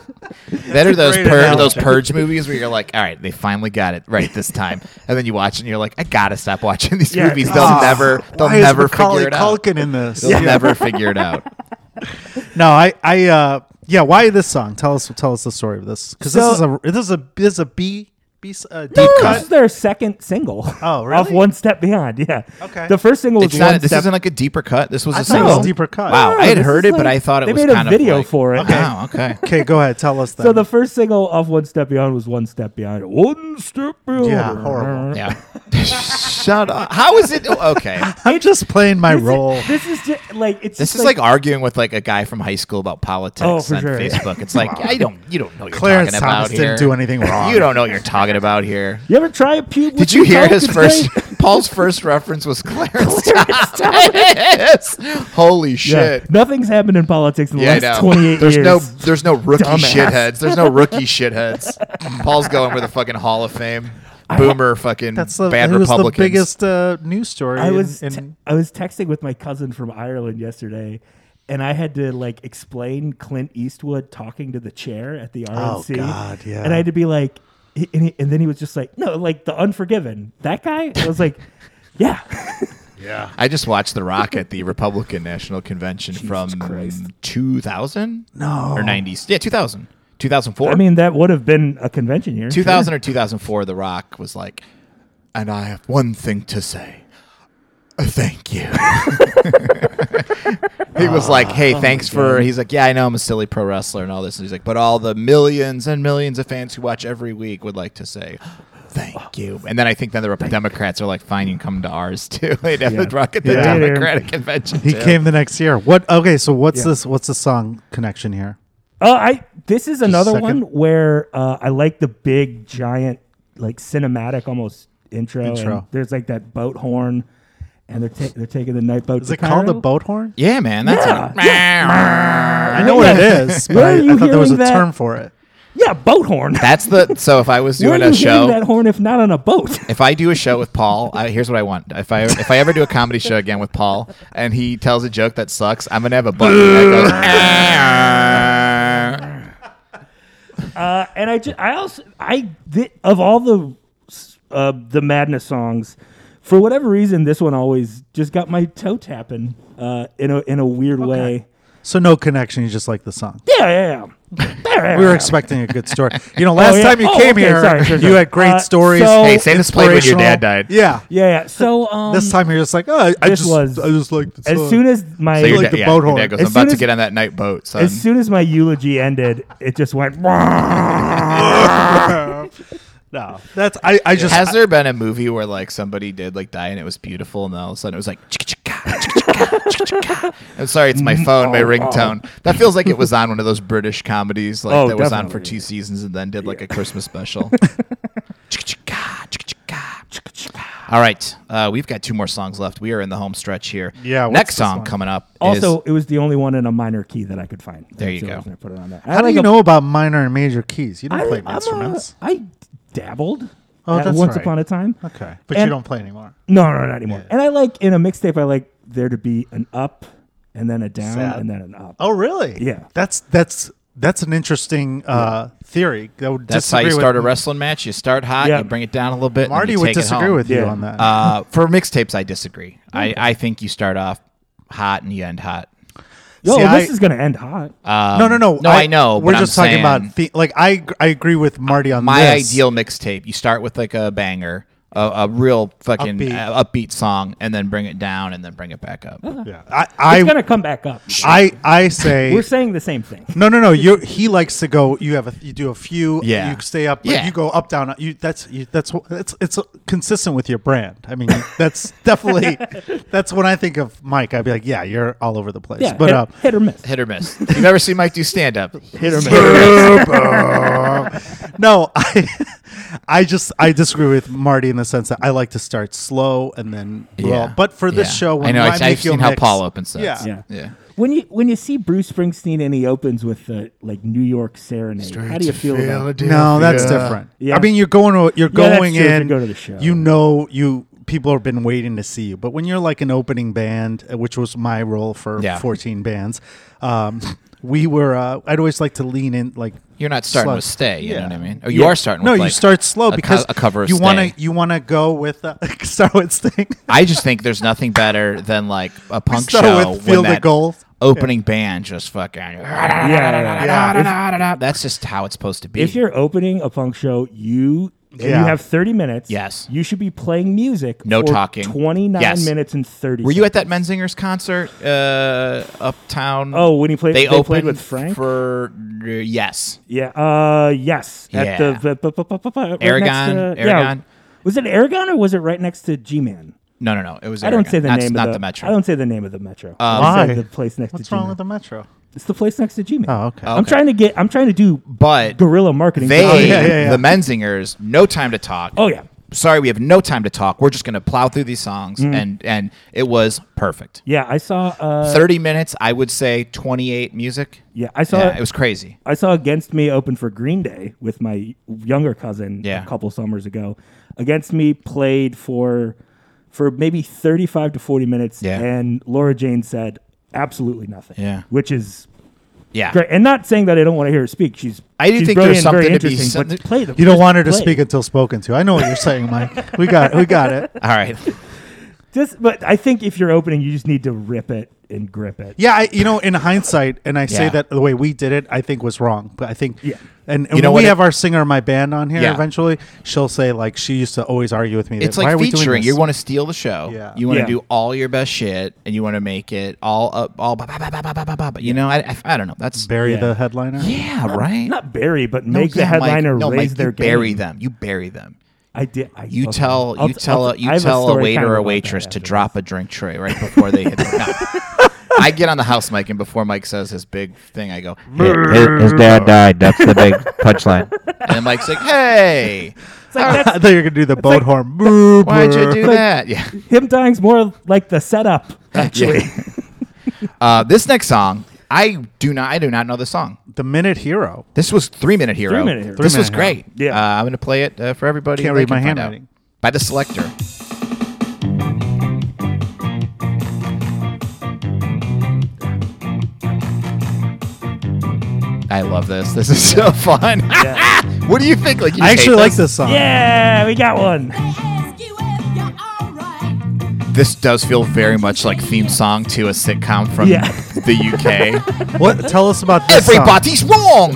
S1: That are those
S2: great
S1: pur-
S2: analogy.
S1: those purge movies where you're like, all right, they finally got it right this time, and then you watch it and you're like, I gotta stop watching these
S3: Yeah.
S1: movies. They'll
S2: Ah,
S1: never, they'll
S2: why is
S1: never
S2: Macaulay
S1: figure it out.
S2: Culkin in this?
S1: They'll never figure it out.
S2: No, I, I, uh, yeah. Why this song? Tell us, tell us the story of this because
S3: So-
S2: this is a, this is a, this is a B, B, uh, deep
S3: this
S2: cut.
S3: is their second single.
S2: Oh,
S3: Off
S2: really?
S3: one step beyond. Yeah.
S2: Okay.
S3: The first single was
S1: It's
S3: one
S1: not. This
S3: step.
S1: isn't like a deeper cut. This was a
S2: I thought it
S1: single.
S2: was a deeper cut.
S1: Wow,
S3: No,
S1: I had
S3: this
S1: heard
S3: is
S1: it, but
S3: like-
S1: I thought it
S3: they
S1: was
S3: made a
S1: kind
S3: video
S1: of like,
S3: for it. Okay.
S1: Wow, okay.
S2: Okay, go ahead. Tell us. Then.
S3: So the first single off One Step Beyond was One Step Beyond. One Step Beyond.
S2: Yeah, horrible.
S1: Yeah. Shut up. How is it? oh, Okay.
S2: I'm just playing my
S3: This is-
S2: role.
S3: This is just like it's.
S1: This
S3: just
S1: is like arguing with like a guy from high school about politics
S3: Oh, for
S1: on
S3: sure.
S1: Facebook. It's like I don't, you don't know what you're
S2: Clarence
S1: talking about
S2: Thomas
S1: here.
S2: didn't do anything wrong.
S1: You don't know what you're talking about here.
S3: You ever try a pube?
S1: Did you hear his first? Paul's first reference was Clarence Thomas. Holy shit!
S3: Nothing's happened in politics in the
S1: Yeah, I
S3: last
S1: know.
S3: 28
S1: There's
S3: years.
S1: no, there's no rookie
S3: Dumbass.
S1: shitheads. There's no rookie shitheads. Paul's going with the fucking Hall of Fame boomer fucking
S2: That's the,
S1: bad
S2: it was the
S1: Republicans.
S2: biggest uh, news story.
S3: I
S2: in-
S3: was
S2: in,
S3: te- I was texting with my cousin from Ireland yesterday, and I had to like explain Clint Eastwood talking to the chair at the RNC.
S1: Oh,
S2: God, yeah.
S3: And I had to be like, he- and, he, and then he was just like, no, like the Unforgiven, that guy. I was like, yeah,
S1: I just watched The Rock at the Republican National Convention from
S3: Christ.
S1: 2000 no. or 90s. Yeah, 2000, 2004.
S3: I mean that would have been a convention year.
S1: 2000 or 2004, The Rock was like, and I have one thing to say. Uh, Thank you. he was like, hey, thanks for. He's like, yeah, I know I'm a silly pro wrestler and all this. And he's like, but all the millions and millions of fans who watch every week would like to say, thank you. And then I think then the Rep- Democrats are like, fine, you can come to ours too. They'd have the rock at the
S3: Yeah.
S1: Democratic convention.
S2: he
S1: too.
S2: came the next year. What? Okay, so what's
S3: Yeah.
S2: this? What's the song connection here?
S3: Oh, I this is another
S2: second.
S3: one where uh, I like the big giant like cinematic almost intro. and
S2: Intro.
S3: there's like that boat horn, and they're ta- they're taking the night boat.
S2: Is
S3: to
S2: it called a
S3: Cairo.
S2: boat horn?
S1: Yeah, man. That's
S3: Yeah.
S1: a-
S2: I know what it
S3: Yeah.
S2: is, but
S3: Where are
S2: I, I
S3: you
S2: thought there was a
S3: hearing that?
S2: term for it.
S3: Yeah, boat horn.
S1: That's the. So if I was
S3: Where are
S1: doing
S3: you
S1: a
S3: hitting
S1: show.
S3: that horn if not on a boat?
S1: if I do a show with Paul, I, here's what I want. If I if I ever do a comedy show again with Paul and he tells a joke that sucks, I'm gonna have a button that goes. "Ah."
S3: Uh, and I just, I also, I thi- of all the uh, the madness songs, for whatever reason, this one always just got my toe tapping uh, in a in a weird way.
S2: So no connection. You just like the song.
S3: Yeah, yeah, yeah. There,
S2: We were
S3: yeah.
S2: expecting a good story. You know, last
S3: yeah.
S2: time you
S3: Oh,
S2: came
S3: okay,
S2: here,
S3: sorry, sorry,
S2: you
S3: sorry.
S2: had great
S3: Uh,
S2: stories.
S3: so- Hey,
S1: save this plate when your dad died.
S2: Yeah.
S3: Yeah, yeah. So um,
S2: This time you're just like, oh, I
S3: this
S2: just,
S3: was-
S2: I just like the
S3: as
S2: song.
S3: soon as my
S1: So your
S2: like
S1: dad-
S2: the
S1: yeah,
S2: boat
S1: your
S2: horn.
S1: dad goes,
S3: As
S1: I'm about
S3: soon
S1: to
S3: as-
S1: get on that night boat, son.
S3: as soon as my eulogy ended, it just went.
S2: no, that's I, I just
S1: Has there been a movie where like somebody did like die and it was beautiful, and then all of a sudden it was like, "Chicka-chicka, chicka-chicka, chicka-chicka." I'm sorry, it's
S3: Mm-hmm.
S1: my phone,
S3: Oh,
S1: my ringtone. That feels like it was on one of those British comedies, like
S3: Oh,
S1: that was on for
S3: definitely.
S1: two seasons and then did like a Christmas special. Chicka-chicka, chicka-chicka, chicka-chicka. all right, uh, we've got two more songs left. We are in the home stretch here.
S2: Yeah, what's
S1: next
S2: this
S1: song
S2: one?
S1: coming up. is-
S3: also, it was the only one in a minor key that I could find.
S1: There you
S3: So I
S1: go.
S3: was gonna Put it on there.
S2: How do you know about minor and major keys? You don't
S3: I,
S2: play
S3: I'm
S2: instruments.
S3: A, I dabbled.
S2: Oh,
S3: at
S2: that's
S3: once
S2: right.
S3: upon a time.
S2: okay, but you
S3: And-
S2: don't play anymore.
S3: No, no, not anymore.
S2: Yeah.
S3: And I like in a mixtape, I like there to be an up and then a down
S2: Sad.
S3: and then an up.
S2: Oh, really?
S3: Yeah.
S2: That's that's that's an interesting uh, theory. That would
S1: that's how
S2: disagree
S1: you
S2: with-
S1: start a wrestling match. You start hot,
S3: Yeah.
S1: you bring it down a little bit. and then
S2: Marty
S1: you
S2: would
S1: take it
S2: disagree
S1: home.
S2: with you Mm.
S3: Yeah.
S2: on that.
S1: Uh, for mixtapes, I disagree. I, I think you start off hot and you end hot.
S3: Yo,
S2: See,
S3: this
S2: I-
S3: is gonna end hot.
S1: Um,
S2: no, no, no.
S1: No, I, know.
S2: We're
S1: but
S2: just
S1: I'm
S2: talking
S1: saying
S2: about the, like I I agree with Marty on
S1: my
S2: this.
S1: ideal mixtape. You start with like a banger, a, a real fucking
S2: Upbeat.
S1: uh, upbeat song, and then bring it down, and then bring it back up.
S2: Yeah, I
S3: It's
S2: I
S3: gonna come back up.
S2: I, I say
S3: We're saying the same thing.
S2: no, no, no. You he likes to go. You have a you do a few.
S1: Yeah.
S2: you stay up.
S1: Yeah.
S2: Yeah. you go up down. You that's you, that's wh- it's it's consistent with your brand. I mean, that's definitely that's when I think of Mike. I'd be like, yeah, you're all over the place.
S3: Yeah,
S2: but
S3: hit,
S2: uh,
S3: hit or miss.
S1: Hit or miss. You've ever seen Mike do stand up? Hit or miss.
S2: no, I, I just I disagree with Marty in the sense that I like to start slow and then roll.
S1: Yeah.
S2: But for this
S1: Yeah.
S2: show, when
S1: I know,
S2: I
S1: I've-
S2: make
S1: I've
S2: you a
S1: seen how
S2: mix-
S1: Paul opens sets.
S2: Yeah,
S3: Yeah.
S1: Yeah.
S3: When you when you see Bruce Springsteen and he opens with the like New York Serenade, how do you feel about? it?
S2: no, that's different.
S3: Yeah.
S2: I mean, you're going to you're
S3: Yeah, that's
S2: going
S3: true if you
S2: in.
S3: go to the show.
S2: You know, you people have been waiting to see you. But when you're like an opening band, uh, which was my role for
S1: Yeah.
S2: 14 bands, um, we were. Uh, I'd always like to lean in, like
S1: You're not starting
S2: Slow.
S1: with stay. You know
S2: Yeah.
S1: what I mean? Oh, you are starting.
S2: no,
S1: with
S2: you
S1: like,
S2: start slow
S1: a co-
S2: because
S1: a cover. Of
S2: you
S1: want
S2: to you want to go with uh, start with Sting.
S1: I just think there's nothing better than like a punk
S2: start
S1: show
S2: with
S1: when
S2: Field of
S1: that
S2: Goals.
S1: opening band just fucking.
S3: yeah,
S2: yeah.
S1: That's just how it's supposed to be.
S3: If you're opening a punk show, you and you
S2: Yeah.
S3: have 30 minutes.
S1: Yes.
S3: you should be playing music.
S1: No
S3: for
S1: talking.
S3: 29
S1: Yes.
S3: minutes and 30.
S1: Were you at that Menzingers concert uh, uptown?
S3: Oh, when he played-
S1: They,
S3: they played
S1: opened
S3: with Frank?
S1: for yes.
S3: Yeah. Uh. Yes. At
S1: Yeah.
S3: the, the, the, the, the, the- right next
S1: Aragon,
S3: to- yeah.
S1: Aragon.
S3: Was it Aragon or was it right next to G Man?
S1: No, no, no. It was.
S3: I don't
S1: Aragon.
S3: say the
S1: not,
S3: name.
S1: Not
S3: of
S1: the Metro. Um,
S3: I don't say the name of the Metro. I
S2: Why?
S3: said the place next
S2: What's
S3: to
S2: wrong
S3: G-Man.
S2: with the Metro?
S3: It's the place next to G Man.
S2: Oh, okay.
S3: I'm
S1: Okay.
S3: trying to get. I'm trying to do
S1: but
S3: guerrilla marketing.
S1: they,
S3: Oh, yeah.
S2: yeah, yeah.
S1: the Menzingers, no time to talk.
S3: Oh, yeah.
S1: Sorry, we have no time to talk. We're just going to plow through these songs,
S3: Mm.
S1: and and it was perfect.
S3: Yeah, I saw. Uh,
S1: Thirty minutes, I would say twenty-eight music.
S3: yeah, I saw.
S1: yeah, it was crazy.
S3: I saw Against Me open for Green Day with my younger cousin
S1: Yeah.
S3: a couple summers ago. Against Me played for for maybe 35 to 40 minutes
S1: Yeah.
S3: and Laura Jane said absolutely nothing.
S1: Yeah.
S3: Which is
S1: Yeah,
S3: great. And not saying that I don't want to hear her speak. She's
S1: I do
S3: she's
S1: think there's
S3: brilliant, very
S1: something to be
S3: interesting, but
S1: something-
S3: play the
S2: You don't
S3: just
S2: want her to
S3: play.
S2: speak until spoken to. I know what you're saying, Mike. We got we got it.
S1: All right.
S3: Just but I think if you're opening you just need to rip it and grip it.
S2: Yeah, I, you know, in hindsight, and I say
S1: Yeah.
S2: that the way we did it, I think was wrong. But I think,
S3: Yeah.
S2: and, and
S1: You know
S2: when
S1: what
S2: we
S1: it-
S2: have our singer in my band on here
S1: Yeah.
S2: eventually, she'll say like she used to always argue with me. that,
S1: It's
S2: Why
S1: like
S2: are we doing
S1: featuring.
S2: this?"
S1: You want to steal the show.
S2: Yeah.
S1: You want to
S3: Yeah.
S1: do all your best shit, and you want to make it all up, all. Ba, ba, ba, ba, ba, ba, ba, ba, you know, I, I, I don't know. That's
S2: bury
S3: Yeah.
S2: the headliner.
S1: yeah, right.
S3: Not bury, but
S1: No,
S3: make the
S1: yeah, Mike.
S3: headliner
S1: no, Mike,
S3: raise their
S1: you bury
S3: game.
S1: them. You bury them.
S3: I did. I,
S1: You
S3: okay.
S1: tell
S3: I'll-
S1: you tell
S3: I'll-
S1: a, you
S3: I have
S1: tell a
S3: story
S1: waiter
S3: kind of
S1: or
S3: about
S1: waitress
S3: that
S1: to
S3: after
S1: drop a drink tray right before they hit the cup. I get on the house mic and before Mike says his big thing, I go,
S5: his, his dad died. That's the big punchline.
S1: and Mike's like, "Hey,
S3: It's like that's-
S2: I thought you were gonna do the boat horn. Brr,
S1: why'd you
S2: brr.
S1: do that?" Yeah.
S3: him dying's more like the setup actually.
S1: Uh, this next song, I do not, I do not know the song.
S2: the minute hero?
S1: This was three minute hero.
S3: Three Minute Hero.
S1: This
S2: Three
S1: was
S2: Minute
S1: great.
S3: Hero. Yeah.
S1: Uh, I'm gonna play it uh, for everybody.
S2: Can't
S1: and they
S2: read
S1: can
S2: my
S1: find out.
S2: handwriting.
S1: By the selector. I love this. This is so fun. what do you think? Like, you
S2: I
S1: hate
S2: actually like this song.
S3: yeah, we got one.
S1: This does feel very much like theme song to a sitcom from
S3: Yeah.
S1: the UK.
S2: What? Tell us about this song.
S1: Everybody's wrong.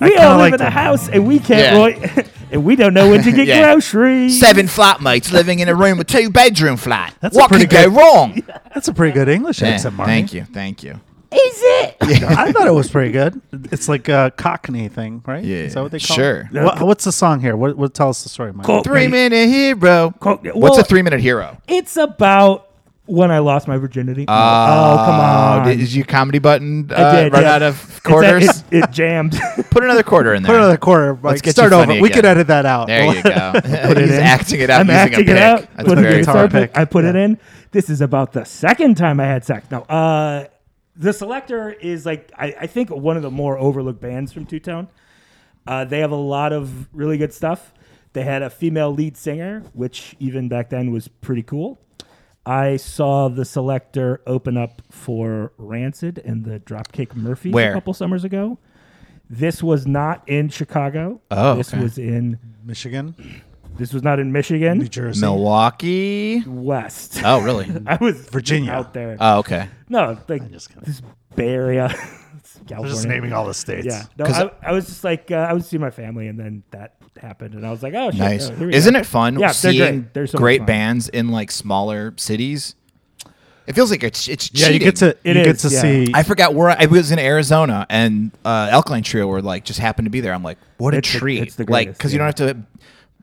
S3: We
S2: kinda
S3: all live
S2: like
S3: in a
S2: that.
S3: house and we can't,
S1: Yeah.
S3: Roy, and we don't know when to get
S1: Yeah.
S3: groceries.
S1: Seven flatmates living in a room with two bedroom flat.
S2: That's a
S1: what
S2: pretty
S1: could go
S2: good-
S1: wrong?
S2: That's a pretty good English
S1: Yeah,
S2: accent, Marty.
S1: Thank you. Thank you.
S2: I thought it was pretty good. It's like a Cockney thing, right?
S1: Yeah.
S2: Is that what they call
S1: Sure.
S2: it? What, what's the song here? What, what? Tell us the story, Mike.
S3: Cool.
S1: Three minute hero.
S3: Well-
S1: What's a three minute hero?
S3: It's about when I lost my virginity. oh, come
S1: Oh,
S3: on.
S1: did you comedy button uh,
S3: I did,
S1: run
S3: yeah.
S1: out of
S3: It's that-
S1: quarters?
S3: It, it jammed.
S1: Put another quarter in there.
S2: Put another quarter. Mike.
S1: get you
S2: Start over.
S1: funny
S2: We
S1: again.
S2: could edit that out.
S1: There you go. He's
S3: in.
S1: acting it out
S3: I'm
S1: using
S3: acting
S1: a pick.
S3: it out.
S1: That's
S3: put
S1: very
S3: it
S2: guitar
S1: fun.
S3: in, pick.
S2: pick.
S3: I put it in. This is about the second time I had sex. No, uh, the Selector is like I, I think one of the more overlooked bands from Two Tone. Uh, they have a lot of really good stuff. They had a female lead singer, which even back then was pretty cool. I saw the Selector open up for Rancid and the Dropkick Murphys
S1: Where?
S3: a couple summers ago. This was not in Chicago.
S1: Oh,
S3: this
S1: okay.
S3: was in
S2: Michigan,
S3: this was not in Michigan.
S2: New Jersey,
S1: Milwaukee.
S3: West.
S1: Oh, really?
S3: I was
S2: Virginia.
S3: out there.
S1: Oh, okay.
S3: no, like
S2: just kidding.
S3: this Bay Area. It's
S2: I'm
S3: California.
S2: just naming all the states.
S3: Yeah, no,
S1: 'Cause-
S3: I, I was just like uh, I was seeing my family, and then that happened, and I was like, oh, shit,
S1: Nice.
S3: oh, here we
S1: Isn't
S3: go.
S1: it fun
S3: Yeah, they're
S1: seeing
S3: great. They're so much
S1: great
S3: fun.
S1: bands in like smaller cities? It feels like it's it's
S2: Yeah, you
S1: cheating.
S2: get to
S3: It
S2: you get
S3: is,
S2: to
S3: yeah.
S2: see
S1: I forgot where I, I was in Arizona, and uh, Alkaline Trio were like just happened to be there. I'm like, what a
S3: It's the-
S1: treat!
S3: it's the
S1: like,
S3: greatest,
S1: because you don't have to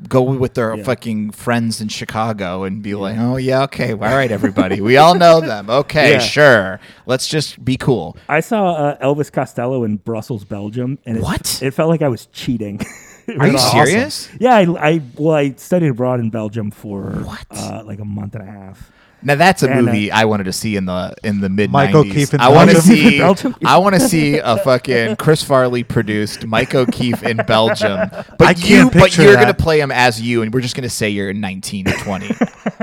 S1: go with their fucking friends in Chicago and be like, oh yeah, okay, well, all right, everybody, we all know them. Okay,
S3: Yeah.
S1: sure, let's just be cool.
S3: I saw uh, Elvis Costello in Brussels, Belgium, and it,
S1: What?
S3: It felt like I was cheating. It
S1: Are
S3: was
S1: you
S3: awesome.
S1: serious?
S3: Yeah, I, I well, I studied abroad in Belgium for
S1: What?
S3: Uh, like a month and a half.
S1: Now that's a
S3: And, uh,
S1: movie I wanted to see in the in the mid
S2: Mike
S1: nineties.
S2: O'Keefe in
S1: I want to
S2: Belgium.
S1: see
S3: Belgium?
S1: I want to see a fucking Chris Farley produced Mike O'Keefe in Belgium. But
S2: I
S1: you
S2: can't
S1: but
S2: picture
S1: you're
S2: that.
S1: gonna play him as you, and we're just gonna say you're nineteen or twenty.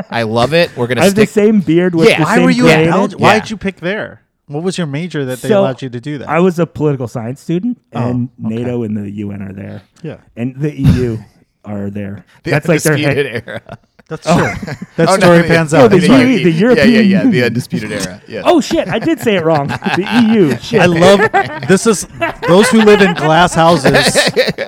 S1: I love it. We're gonna
S3: I have the
S1: stick.
S3: same beard with
S1: Yeah.
S3: the
S1: Why
S2: Why
S3: same
S2: were you
S3: gray
S2: in
S3: in
S2: Belgium?
S3: it.
S1: Yeah.
S2: Why did you pick there? What was your major that they
S3: So,
S2: allowed you to do that? Oh,
S3: I was a political science student, and
S2: okay.
S3: NATO and the UN are there.
S2: Yeah.
S3: and the EU are there. That's like their
S1: undisputed
S3: head.
S1: era.
S2: That's true. That
S1: Oh, no,
S2: story
S1: yeah.
S2: pans
S1: No,
S2: out.
S3: the
S2: That's
S1: yeah,
S2: right.
S3: EU
S1: yeah,
S3: the
S1: yeah, yeah,
S3: European-
S1: the undisputed era. Yes.
S3: Oh shit! I did say it wrong. the E EU. Shit.
S2: I love this. Is those who live in glass houses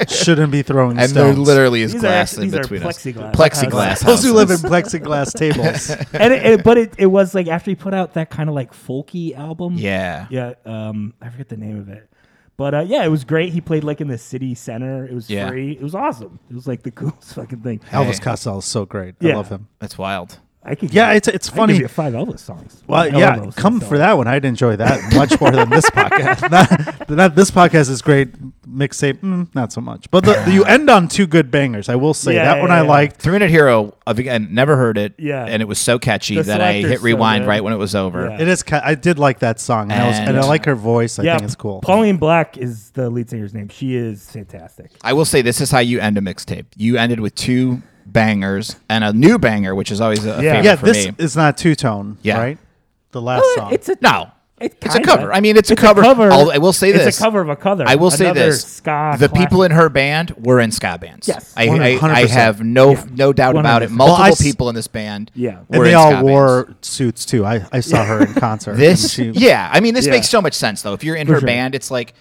S2: shouldn't be throwing
S1: and there
S2: stones.
S1: literally is
S3: These are
S1: glass
S3: actually-
S1: in
S3: these are
S1: between us.
S3: plexiglass
S1: Plexiglass.
S3: houses.
S2: those who live in
S1: houses.
S2: plexiglass tables.
S3: and it, it- but it, it was like after he put out that kind of like folky album.
S1: Yeah.
S3: Yeah. Um, I forget the name of it, but uh, yeah, it was great. He played like in the city center. It was
S1: Yeah.
S3: free. It was awesome. It was like the coolest fucking thing.
S2: Elvis Costello is so great. I
S3: Yeah.
S2: love him.
S1: That's wild.
S3: I could.
S2: Yeah, it's it's
S3: I could give
S2: funny.
S3: you five Elvis songs.
S2: Well,
S3: I love
S2: yeah,
S3: Elvis
S2: come
S3: songs.
S2: for that one. I'd enjoy that much more than this podcast. not, not this podcast is great. Mixtape, mm, not so much. But the, you end on two good bangers. I will say
S3: Yeah,
S2: that
S3: yeah,
S2: one I
S3: yeah.
S2: liked.
S1: Three Minute Hero, I've- again, never heard it.
S3: Yeah.
S1: And it was so catchy
S3: The
S1: that I
S3: selector's
S1: hit
S3: so
S1: rewind
S3: good.
S1: right when it was over.
S3: Yeah.
S2: It is. Ca- I did like that song, and, I was, and I
S1: And-
S2: like her voice. I
S3: Yeah,
S2: think it's cool.
S3: Pauline Black is the lead singer's name. She is fantastic.
S1: I will say this is how you end a mixtape. You ended with two bangers and a new banger, which is always a
S3: Yeah.
S1: favorite
S2: yeah,
S1: for
S2: this
S1: me.
S2: is not two tone.
S1: Yeah.
S2: right. The last song.
S3: It's a
S1: no,
S3: It
S1: it's a
S3: kinda-
S1: cover. I mean, it's, a cover. I'll- I will say
S3: it's
S1: this:
S3: a cover of a cover.
S1: I will say
S3: Another
S1: this:
S3: Ska
S1: the
S3: classic.
S1: people in her band were in ska bands.
S3: Yes.
S1: I, I, I
S2: 100%.
S1: have no no doubt about it.
S3: 100%.
S1: Multiple
S2: Well, I s-
S1: people in this band,
S3: Yeah. And
S1: were
S2: and they
S1: in
S2: all
S1: ska
S2: wore
S1: bands.
S2: suits too. I, I saw her in concert.
S1: this.
S2: And she-
S1: yeah, I mean, this
S3: Yeah.
S1: makes so much sense though. If you're in her
S3: sure.
S1: band, it's like.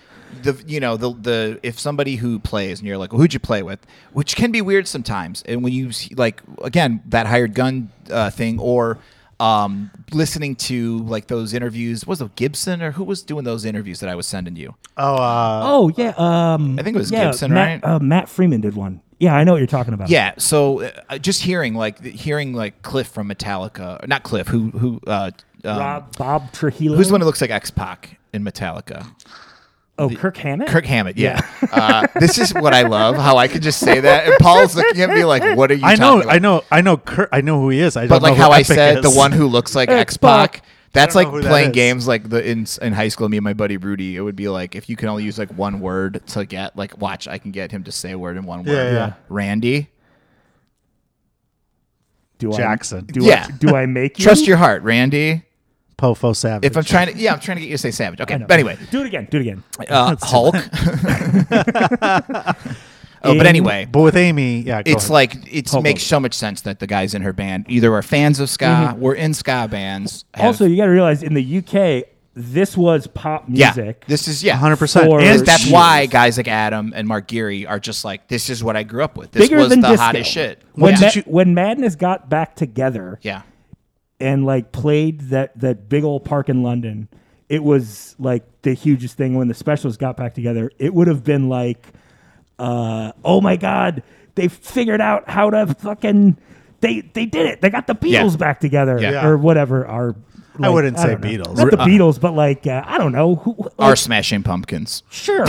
S1: The, you know the the if somebody who plays and you're like who'd you play with which can be weird sometimes and when you see, like again that hired gun uh, thing or um, listening to like those interviews was it Gibson or who was doing those interviews that I was sending you
S2: Oh, uh,
S3: Oh yeah, um,
S1: I think it was
S3: yeah,
S1: Gibson,
S3: Matt,
S1: right?
S3: Uh, Matt Freeman did one. Yeah, I know what you're talking about.
S1: Yeah. So uh, just hearing like th- hearing like Cliff from Metallica, not Cliff, who who uh, um,
S3: Rob, Bob Trujillo.
S1: who's the one who looks like X Pac in Metallica?
S3: Oh, Kirk Hammett.
S1: Kirk Hammett. Yeah. uh, this is what I love. How I could just say that, and Paul's looking at me like, "What are you?"
S2: I know,
S1: talking about?
S2: I know, I know. Kurt, I know who he is. I
S1: But
S2: don't know
S1: like
S2: who
S1: how I
S2: Epic
S1: said,
S2: is.
S1: the one who looks like X
S3: X-Pac.
S1: Pac. That's
S2: I
S1: like
S2: don't know who that
S1: playing
S2: is.
S1: games like the in in high school. Me and my buddy Rudy. It would be like if you can only use like one word to get like watch. I can get him to say a word in one
S2: Yeah,
S1: word.
S2: yeah.
S1: Randy.
S3: Do I-
S2: Jackson.
S3: Do
S1: Yeah.
S3: I, do I make you
S1: Trust your heart, Randy.
S2: Pofo Savage.
S1: If I'm trying to, yeah, I'm trying to get you to say savage. Okay, but anyway,
S3: Do it again. Do it again.
S1: uh, Hulk. oh, but
S3: In-
S1: anyway,
S2: but with Amy, yeah, go
S1: it's
S2: ahead.
S1: like it
S3: Hulk
S1: makes
S3: Hogan.
S1: so much sense that the guys in her band either are fans of ska, were in ska bands. have-
S3: Mm-hmm. Also, you got to realize in the UK, this was pop
S1: yeah,
S3: music.
S1: this is yeah.
S2: 100%.
S3: for-
S2: And
S1: And that's
S3: years.
S1: why guys like Adam and Mark Geary are just like, this is what I grew up with. This
S3: Bigger
S1: was the
S3: than disco.
S1: hottest shit.
S3: when
S1: yeah.
S3: Ma-
S2: did you-
S3: when Madness got back together
S1: yeah,
S3: and like played that that big old park in London, it was like the hugest thing. When the specials got back together, it would have been like, uh, oh my god, they figured out how to fucking they they did it. They got the Beatles
S1: Yeah.
S3: back together
S1: Yeah.
S3: or whatever. Our like,
S2: wouldn't say
S3: don't know.
S2: Beatles.
S3: not the
S2: Uh,
S3: Beatles, but like uh, I don't know who. Like,
S1: are smashing pumpkins.
S3: sure,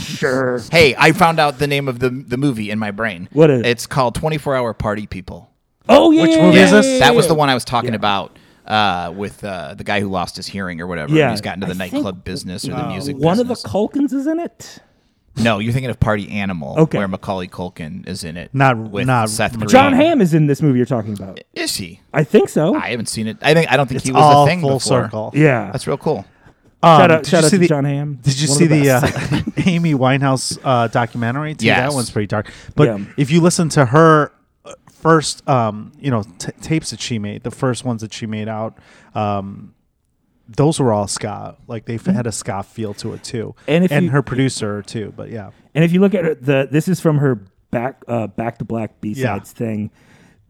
S3: sure.
S1: Hey, I found out the name of the the movie in my brain.
S3: What is it?
S1: It's called Twenty Four Hour Party People.
S3: Oh yeah, yeah,
S2: movie
S3: yeah,
S2: is
S3: yeah,
S2: this?
S3: yeah,
S1: That was the
S3: yeah.
S1: one I was talking about uh, with uh, the guy who lost his hearing or whatever.
S3: Yeah.
S1: he's gotten into the
S3: I think
S1: nightclub business or the music.
S3: One of the
S1: business.
S3: Culkins is in it.
S1: no, you're thinking of Party Animal,
S3: Okay.
S1: where Macaulay Culkin is in it.
S2: Not-
S1: with
S2: not
S1: Seth Green.
S3: John Hamm is in this movie you're talking about.
S1: Is he?
S3: I think so.
S1: I haven't seen it. I think I don't think
S2: It's
S1: he was
S2: all
S1: a thing
S2: full
S1: before.
S2: circle.
S3: yeah.
S1: That's real cool.
S2: Um,
S3: shout out,
S2: did
S3: shout
S2: you
S3: out
S2: see
S3: to
S2: the-
S3: John Hamm.
S2: Did you
S3: One of
S2: see the,
S3: best.
S2: uh, Amy Winehouse uh, documentary? Too?
S1: Yes.
S2: That one's pretty dark. But
S3: Yeah.
S2: if you listen to her uh, first, um, you know, t- tapes that she made, the first ones that she made out, um, those were all ska. Like they had a ska feel to it too,
S3: Mm-hmm. And if you-
S2: her producer too. But yeah,
S3: And if you look at her, the this is from her back uh, back to black B
S2: Yeah.
S3: sides thing.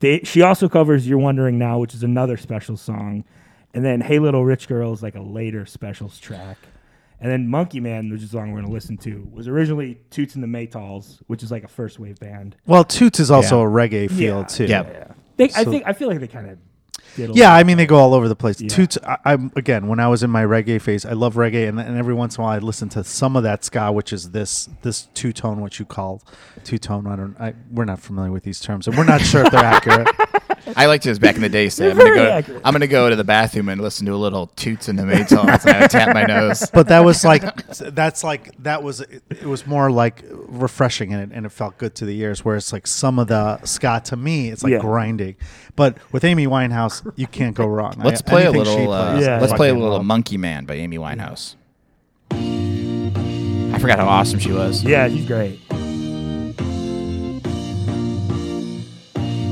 S3: They, she also covers "You're Wondering Now," which is another special song, and then "Hey Little Rich Girl" is like a later specials track, and then "Monkey Man," which is the song we're gonna listen to, was originally Toots and the Maytals, which is like a first wave band.
S2: well, Toots is also
S1: Yeah.
S2: a reggae feel
S3: Yeah.
S2: too.
S1: Yeah.
S3: They, I
S2: So-
S3: think I feel like they kind of did. A
S2: Yeah, I mean they go all over the place. Toots, I, I'm again when I was in my reggae phase, I love reggae, and, and every once in a while I listen to some of that ska, which is this this two tone, what you call two tone. I don't, I, we're not familiar with these terms, and we're not sure if they're accurate.
S1: I liked his back in the day. Say, I'm gonna
S3: very
S1: go.
S3: accurate.
S1: I'm gonna go to the bathroom and listen to a little toots in the Maytals. and I would tap my nose.
S2: But that was like that's like that was it, it was more like refreshing and it, and it felt good to the ears. Whereas like some of the ska to me, it's like
S3: Yeah.
S2: grinding. But with Amy Winehouse, you can't go wrong.
S1: Let's
S2: I-
S1: play a
S2: anything she
S1: little. Uh,
S2: plays,
S3: Yeah.
S2: I
S1: Let's play a
S2: fucking
S1: little
S2: love.
S1: Monkey Man by Amy Winehouse. I forgot how awesome she was.
S3: yeah, she's great. Uh,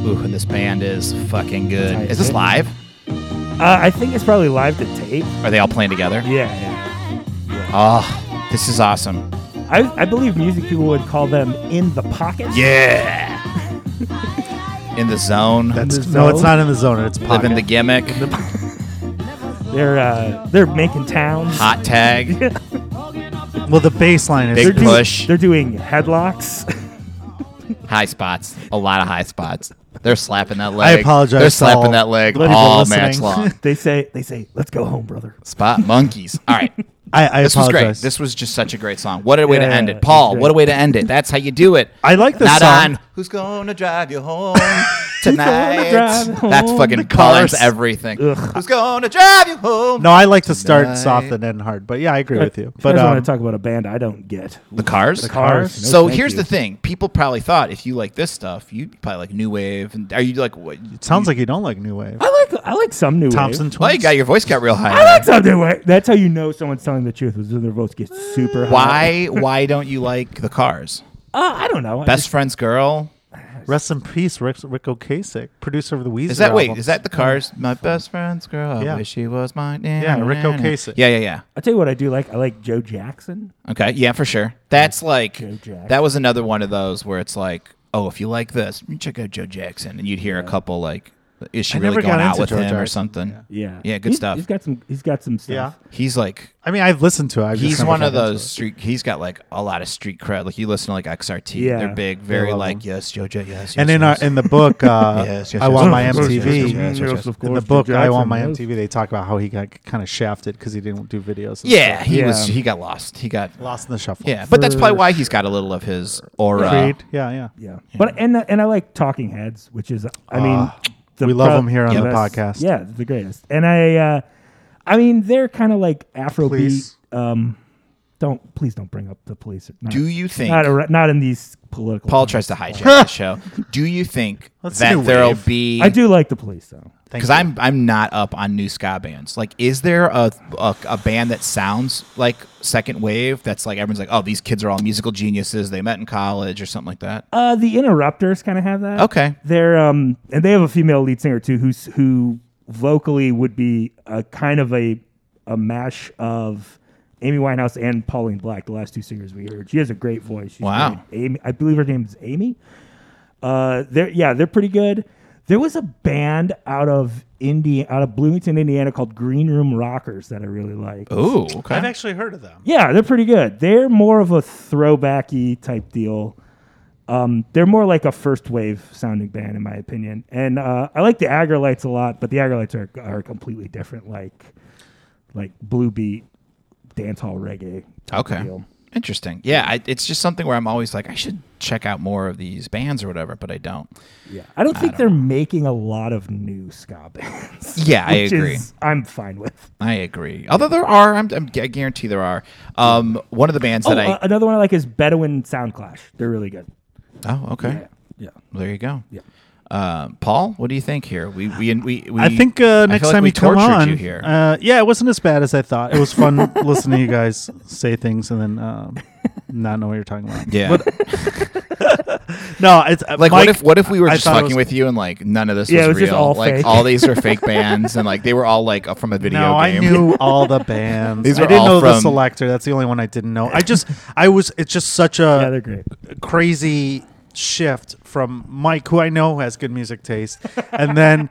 S1: Ooh, and this band is fucking good.
S3: Tight.
S1: Is this live?
S3: Uh, I think it's probably live to tape.
S1: Are they all playing together?
S3: Yeah, yeah.
S1: Oh, this is awesome.
S3: I, I believe music people would call them in the pocket.
S1: Yeah. In the zone.
S2: That's
S3: the
S2: no, it's
S3: zone.
S2: not in the zone. It's
S1: living
S2: pocket.
S1: the gimmick.
S3: They're uh, they're making towns.
S1: Hot tag.
S2: well, the bass line is
S1: Big
S3: They're doing,
S1: push.
S3: They're doing headlocks.
S1: high spots. A lot of high spots. They're slapping that
S2: I
S1: leg.
S2: apologize
S1: They're
S2: to
S1: slapping
S2: all
S1: that leg
S2: people
S1: all
S2: listening.
S1: match long.
S3: they say they say, "Let's go home, brother."
S1: Spot monkeys. All right.
S2: I, I
S1: This was
S2: apologize.
S1: great. This was just such a great song. What a way to
S3: Yeah,
S1: end it.
S3: it's
S1: Paul,
S3: great.
S1: what a way to end it. That's how you do it.
S2: I like this
S1: Not
S2: song.
S1: on Who's Gonna Drive You Home Tonight.
S3: drive you
S1: That's
S3: home.
S1: fucking
S3: The
S1: colors
S2: chorus.
S1: everything.
S3: Ugh.
S1: Who's Gonna Drive You Home?
S2: no, I like to start
S1: Tonight.
S2: soft and end hard. But yeah, I agree with you.
S3: But
S2: But
S3: I
S2: um,
S3: want to talk about a band I don't get.
S1: The cars? The
S3: Cars? No,
S1: so
S3: thank
S1: here's
S3: you.
S1: the thing. People probably thought if you like this stuff, you probably like New Wave. And are you like, what?
S2: sounds like you don't like new wave.
S3: I like I like some new
S2: Thompson
S3: wave.
S1: Well, you
S2: Twins.
S1: got your voice got real high.
S3: I like some new wave. That's how you know someone's telling the truth is when their votes get super
S1: why
S3: high.
S1: why don't you like the cars?
S3: Uh, I don't know. I
S1: Best
S3: just-
S1: friend's girl.
S2: Rest in peace, Rick, Rick Ocasek, producer of the Weezer.
S1: Is that wait?
S2: album.
S1: Is that the cars? My best friend's girl. I
S2: Yeah.
S1: wish she was mine.
S2: Yeah, Rick Ocasek.
S1: Yeah, yeah, yeah.
S3: I tell you what I do like. I like Joe Jackson.
S1: Okay, yeah, for sure. That's like
S3: Joe Jackson.
S1: that was another one of those where it's like, oh, if you like this, check out Joe Jackson, and you'd hear a couple like, is she
S2: I
S1: really
S2: never
S1: going
S2: got
S1: out
S2: into
S1: with
S2: Joe
S1: him or
S2: Jackson,
S1: something?
S3: Yeah.
S1: yeah, good
S3: He's-
S1: stuff.
S3: He's got some. He's got some stuff.
S2: Yeah.
S1: He's like
S2: I mean, I've listened to it. I've just
S1: he's
S2: never
S1: one of
S2: gotten to
S1: those
S2: it.
S1: street. He's got like a lot of street cred. Like you listen to like XRT.
S3: Yeah.
S1: They're big, very
S2: love
S1: like
S2: them.
S1: yes, Joe Jackson. Yes,
S2: And
S1: yes,
S2: in our
S1: yes.
S2: in the book, uh,
S1: Yes, yes,
S2: I
S1: yes,
S2: want
S1: yes,
S2: my
S1: yes, yes, yes, yes,
S2: MTV.
S1: yes, yes, yes.
S3: of
S2: In the
S3: course,
S2: book,
S3: Joe
S2: I want
S3: Jackson
S2: my
S3: is.
S2: MTV. They talk about how he got kind of shafted because he didn't do videos. and
S1: yeah,
S2: stuff.
S1: he
S3: Yeah.
S1: was. He got lost. He got
S2: lost in the shuffle.
S1: Yeah, but that's probably
S3: For
S1: why he's got a little of his aura.
S2: Creed. Yeah, yeah.
S3: Yeah. But and and I like Talking Heads, which is I mean
S2: Ah, we love
S3: pro-
S2: them here on
S1: the
S3: best-
S2: podcast.
S3: Yeah, the greatest. And I uh I mean they're kind of like Afrobeat.
S2: Please.
S3: Um don't please don't bring up the police. Not,
S1: Do you think
S3: not, ar- not in these political
S1: Paul tries to hijack the show? Do you think
S2: Let's do
S1: that there'll
S2: Wave.
S1: be?
S3: I do like the police though.
S2: Thank
S1: because
S2: you.
S1: I'm I'm not up on new ska bands. Like, is there a, a a band that sounds like second wave? That's like everyone's like, oh, these kids are all musical geniuses. They met in college or something like that.
S3: Uh the Interrupters kind of have that.
S1: Okay.
S3: They're um and they have a female lead singer too who's who vocally would be a kind of a a mash of Amy Winehouse and Pauline Black, the last two singers we heard. She has a great voice. She's
S1: Wow.
S3: great. Amy, I believe her name is Amy. Uh, they're yeah, they're pretty good. There was a band out of Indi out of Bloomington, Indiana called Green Room Rockers that I really like.
S1: Ooh, okay.
S2: I've actually heard of them.
S3: Yeah, they're pretty good. They're more of a throwbacky type deal. Um, they're more like a first wave sounding band, in my opinion. And uh, I like the Agrolites a lot, but the Agrolites are are completely different, like like blue beat, dancehall reggae. type
S1: Okay.
S3: deal.
S1: Interesting. Yeah, I, it's just something where I'm always like, I should check out more of these bands or whatever, but I don't.
S3: Yeah, I don't think they're making a lot of new ska bands.
S1: Yeah, I
S3: which
S1: agree.
S3: Is, I'm fine with.
S1: I agree. Although there are, I'm, I'm, I guarantee there are. Um, one of the bands
S3: Oh,
S1: that I.
S3: uh, another one I like is Bedouin Sound Clash. They're really good.
S1: oh, okay.
S3: yeah.
S1: There you go.
S3: Yeah.
S1: Uh, Paul, what do you think here? We we we, we
S2: I think uh, next
S1: feel like
S2: time
S1: we
S2: you come
S1: tortured
S2: on,
S1: you here.
S2: Uh, yeah, it wasn't as bad as I thought. It was fun listening to you guys uh, say things and then um, not know what you're talking about.
S1: yeah.
S2: No, it's uh,
S1: Like
S2: Mike,
S1: what if what if we were
S2: I
S1: just
S2: thought it
S1: fucking
S2: was-
S1: with you and like none of this
S3: Yeah, it
S1: was
S3: was just
S1: real?
S3: all
S1: like
S3: fake.
S1: all these are fake bands and like they were all like from a video
S2: No, I
S1: game.
S2: knew all the bands.
S1: These
S2: I
S1: were
S2: didn't
S1: all
S2: know the
S1: from-
S2: selector. That's the only one I didn't know. I just, I was. It's just such a
S3: Yeah, they're great.
S2: crazy shift from Mike, who I know has good music taste, and then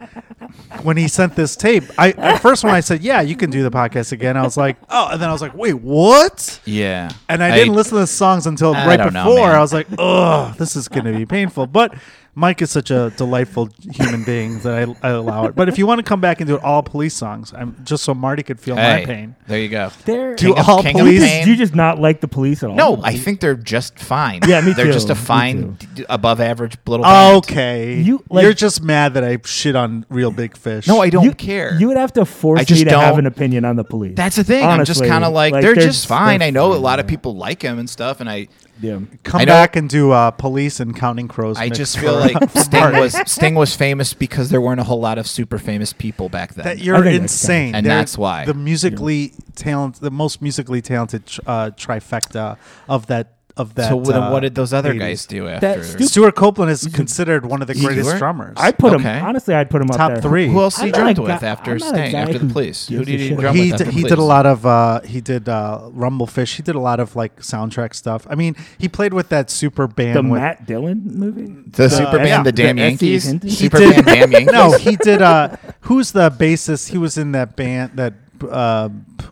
S2: when he sent this tape, I at first when I said, "Yeah, you can do the podcast again," I was like, "Oh," and then I was like, "Wait, what?"
S1: Yeah.
S2: And I didn't listen to the songs until
S1: I
S2: right
S1: don't know,
S2: before.
S1: man.
S2: I was like, "Ugh, this is going to be painful." But Mike is such a delightful human being that I, I allow it. But if you want to come back and do all police songs, I'm just so Marty could feel
S1: Hey,
S2: my pain.
S1: There you go.
S3: They're,
S2: Do
S1: King of-
S2: all
S1: King of
S2: police-
S1: Pain.
S3: do you just not like the police at all?
S1: No, I think they're just fine.
S3: Yeah, me
S1: They're
S3: too.
S1: just a
S3: Me
S1: fine, d- above average little. band.
S2: Okay,
S3: You,
S2: you,
S3: like-
S2: are just mad that I shit on real big fish.
S1: No, I don't
S3: you,
S1: care.
S3: You would have to force
S1: I just
S3: me to have
S1: don't-
S3: an opinion on the police.
S1: That's the thing. I'm just
S3: Honestly,
S1: kind of like, they're, just fine.
S3: they're
S1: I know a
S3: fine,
S1: lot of
S3: yeah.
S1: people like him and stuff, and I
S3: Yeah.
S2: come
S1: I know-
S2: back and do uh, police and counting crows.
S1: I
S2: mixed
S1: just feel
S2: for-
S1: like Sting
S2: Marty.
S1: was Sting was famous because there weren't a whole lot of super famous people back then.
S2: that
S3: I
S2: you're
S3: think that's
S2: insane,
S1: And
S2: They're
S1: that's why.
S2: the musically talent, the most musically talented tr- uh, trifecta of that of that.
S1: so then
S2: uh,
S1: what did those other
S2: 80s.
S1: guys do
S3: That
S1: after?
S3: stupid-
S2: Stuart Copeland is considered one of the greatest
S1: Stuart?
S2: drummers.
S3: I put
S1: Okay.
S3: him. Honestly, I'd put him up
S2: top
S3: there.
S2: three.
S1: Who else did he
S3: I'm not a
S1: drummed
S3: guy-
S1: with after
S3: I'm not a
S1: Sting?
S3: guy
S1: After the
S3: who
S1: police? Who
S3: gives a
S1: did he
S3: shit
S1: drum
S2: he
S1: with?
S2: d-
S1: after
S2: he
S1: Police?
S2: did a lot of uh, he did uh, Rumblefish. He did a lot of like soundtrack stuff. I mean, he played with that super band.
S3: The
S2: with,
S3: Matt Dillon movie.
S1: The super
S2: yeah.
S1: band, the Damn
S3: The
S1: Yankees.
S3: SEs. He
S1: Super
S2: did-
S1: band, Damn Yankees.
S2: no, he did. Uh, who's the bassist? He was in that band that uh, p-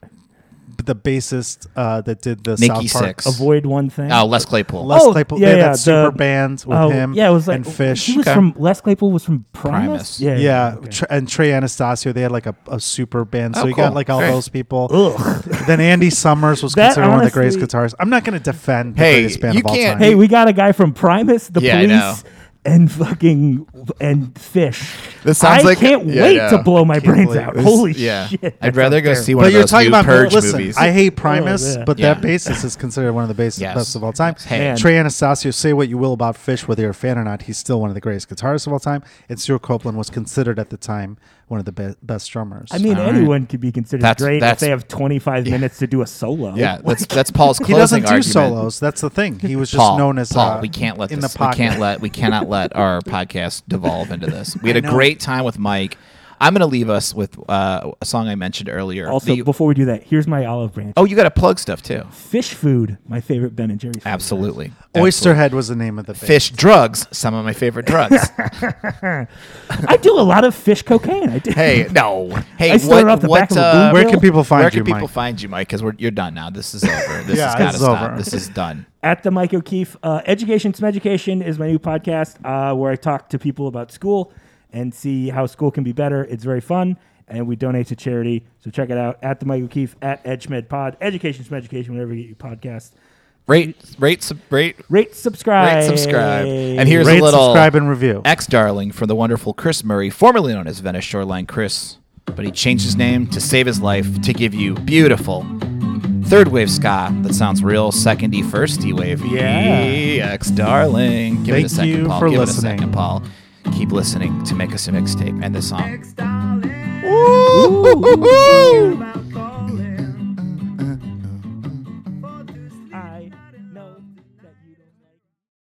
S2: the bassist uh, that did the
S1: Nikki
S2: South Park.
S1: Six.
S3: Avoid one thing.
S1: Oh, Les Claypool.
S2: Les
S3: Oh,
S2: Claypool.
S3: yeah,
S2: they had
S3: yeah,
S2: that super
S3: the-
S2: band with
S3: Oh,
S2: him.
S3: Yeah, it was like
S2: and Fish.
S3: He was
S1: Okay.
S3: from Les Claypool was from Primus.
S1: Primus.
S3: Yeah,
S2: yeah,
S3: okay.
S2: Tr- and Trey Anastasio. They had like a, a super band, so
S1: Oh,
S2: you got
S1: cool.
S2: like all
S1: Great.
S2: those people. Then Andy Summers was
S3: That
S2: considered one of the greatest
S3: honestly-
S2: guitarists. I'm not going to defend the
S1: Hey,
S2: greatest band
S1: you
S2: of all
S1: can't-
S2: time.
S3: Hey, we got a guy from Primus, the
S1: Yeah, I know.
S3: police, and fucking and Fish.
S1: This sounds
S3: I
S1: like-
S3: can't
S1: yeah, I
S3: wait
S1: know.
S3: to blow my brains
S2: believe
S3: out.
S2: this.
S3: Holy
S1: Yeah,
S3: shit!
S1: I'd
S3: that
S1: rather
S3: sounds
S1: go
S3: terrible.
S1: see one
S2: but
S1: of
S2: you're
S1: those
S2: talking
S1: new
S2: about
S1: Purge
S2: listen.
S1: movies.
S2: I hate Primus,
S3: yeah.
S2: but that
S1: Yeah.
S2: bassist is considered one of the bassist
S1: Yes.
S2: best of all time.
S1: Hey. Man.
S2: Trey Anastasio, say what you will about Fish, whether you're a fan or not, he's still one of the greatest guitarists of all time. And Stuart Copeland was considered at the time one of the be- best drummers. Uh,
S3: I mean,
S1: All right.
S3: anyone could be considered
S1: That's-
S3: great
S1: that's-
S3: if they have 25 minutes to do a solo.
S1: yeah, that's that's Paul's
S2: he
S1: closing
S2: doesn't do
S1: argument.
S2: solos. That's the thing. He was just
S1: Paul,
S2: known as
S1: Paul.
S2: uh,
S1: we can't let
S2: in
S1: this.
S2: the pocket.
S1: We can't let. We cannot let our podcast devolve into this. We had
S2: I
S1: a
S2: know.
S1: great time with Mike. I'm going to leave us with uh, a song I mentioned earlier.
S3: Also,
S1: The-
S3: before we do that, here's my olive branch.
S1: oh, you got to plug stuff too.
S3: Fish food, my favorite Ben and Jerry's. food.
S1: Absolutely. Absolutely.
S2: Oysterhead was the name of the band.
S1: Fish drugs, some of my favorite drugs.
S3: I do a lot of fish cocaine. I do.
S1: hey, no. Hey,
S3: I
S1: what?
S3: still don't have the
S1: what?
S3: back of a
S1: uh,
S3: boom
S2: Where can people find
S1: where
S2: you,
S1: can people
S2: Mike?
S1: find you, Mike? Because you're done now. This is over. This has
S2: Yeah,
S1: got to
S2: this is
S1: stop.
S2: over.
S1: This is done.
S3: at the Mike O'Keefe. Uh, Education Some Education is my new podcast uh, where I talk to people about school and see how school can be better. It's very fun, and we donate to charity. So check it out at the Mike O'Keefe at EdgeMed Pod. Education Some Education, whenever you get your podcast.
S1: Rate, rate, sub, rate,
S3: Rate, subscribe.
S1: Rate, subscribe. And here's
S2: Rate,
S1: a little
S2: subscribe, and review.
S1: Ex darling for the wonderful Chris Murray, formerly known as Venice Shoreline Chris, but he changed his name to save his life to give you beautiful third wave ska that sounds real secondy firsty wave.
S3: Yeah.
S1: Ex darling. Give it a
S2: Thank
S1: second,
S2: you
S1: Paul.
S2: for
S1: give
S2: listening.
S1: it a second, Paul. Keep listening to make us a mixtape and the song.
S4: Next darling.
S1: Ooh.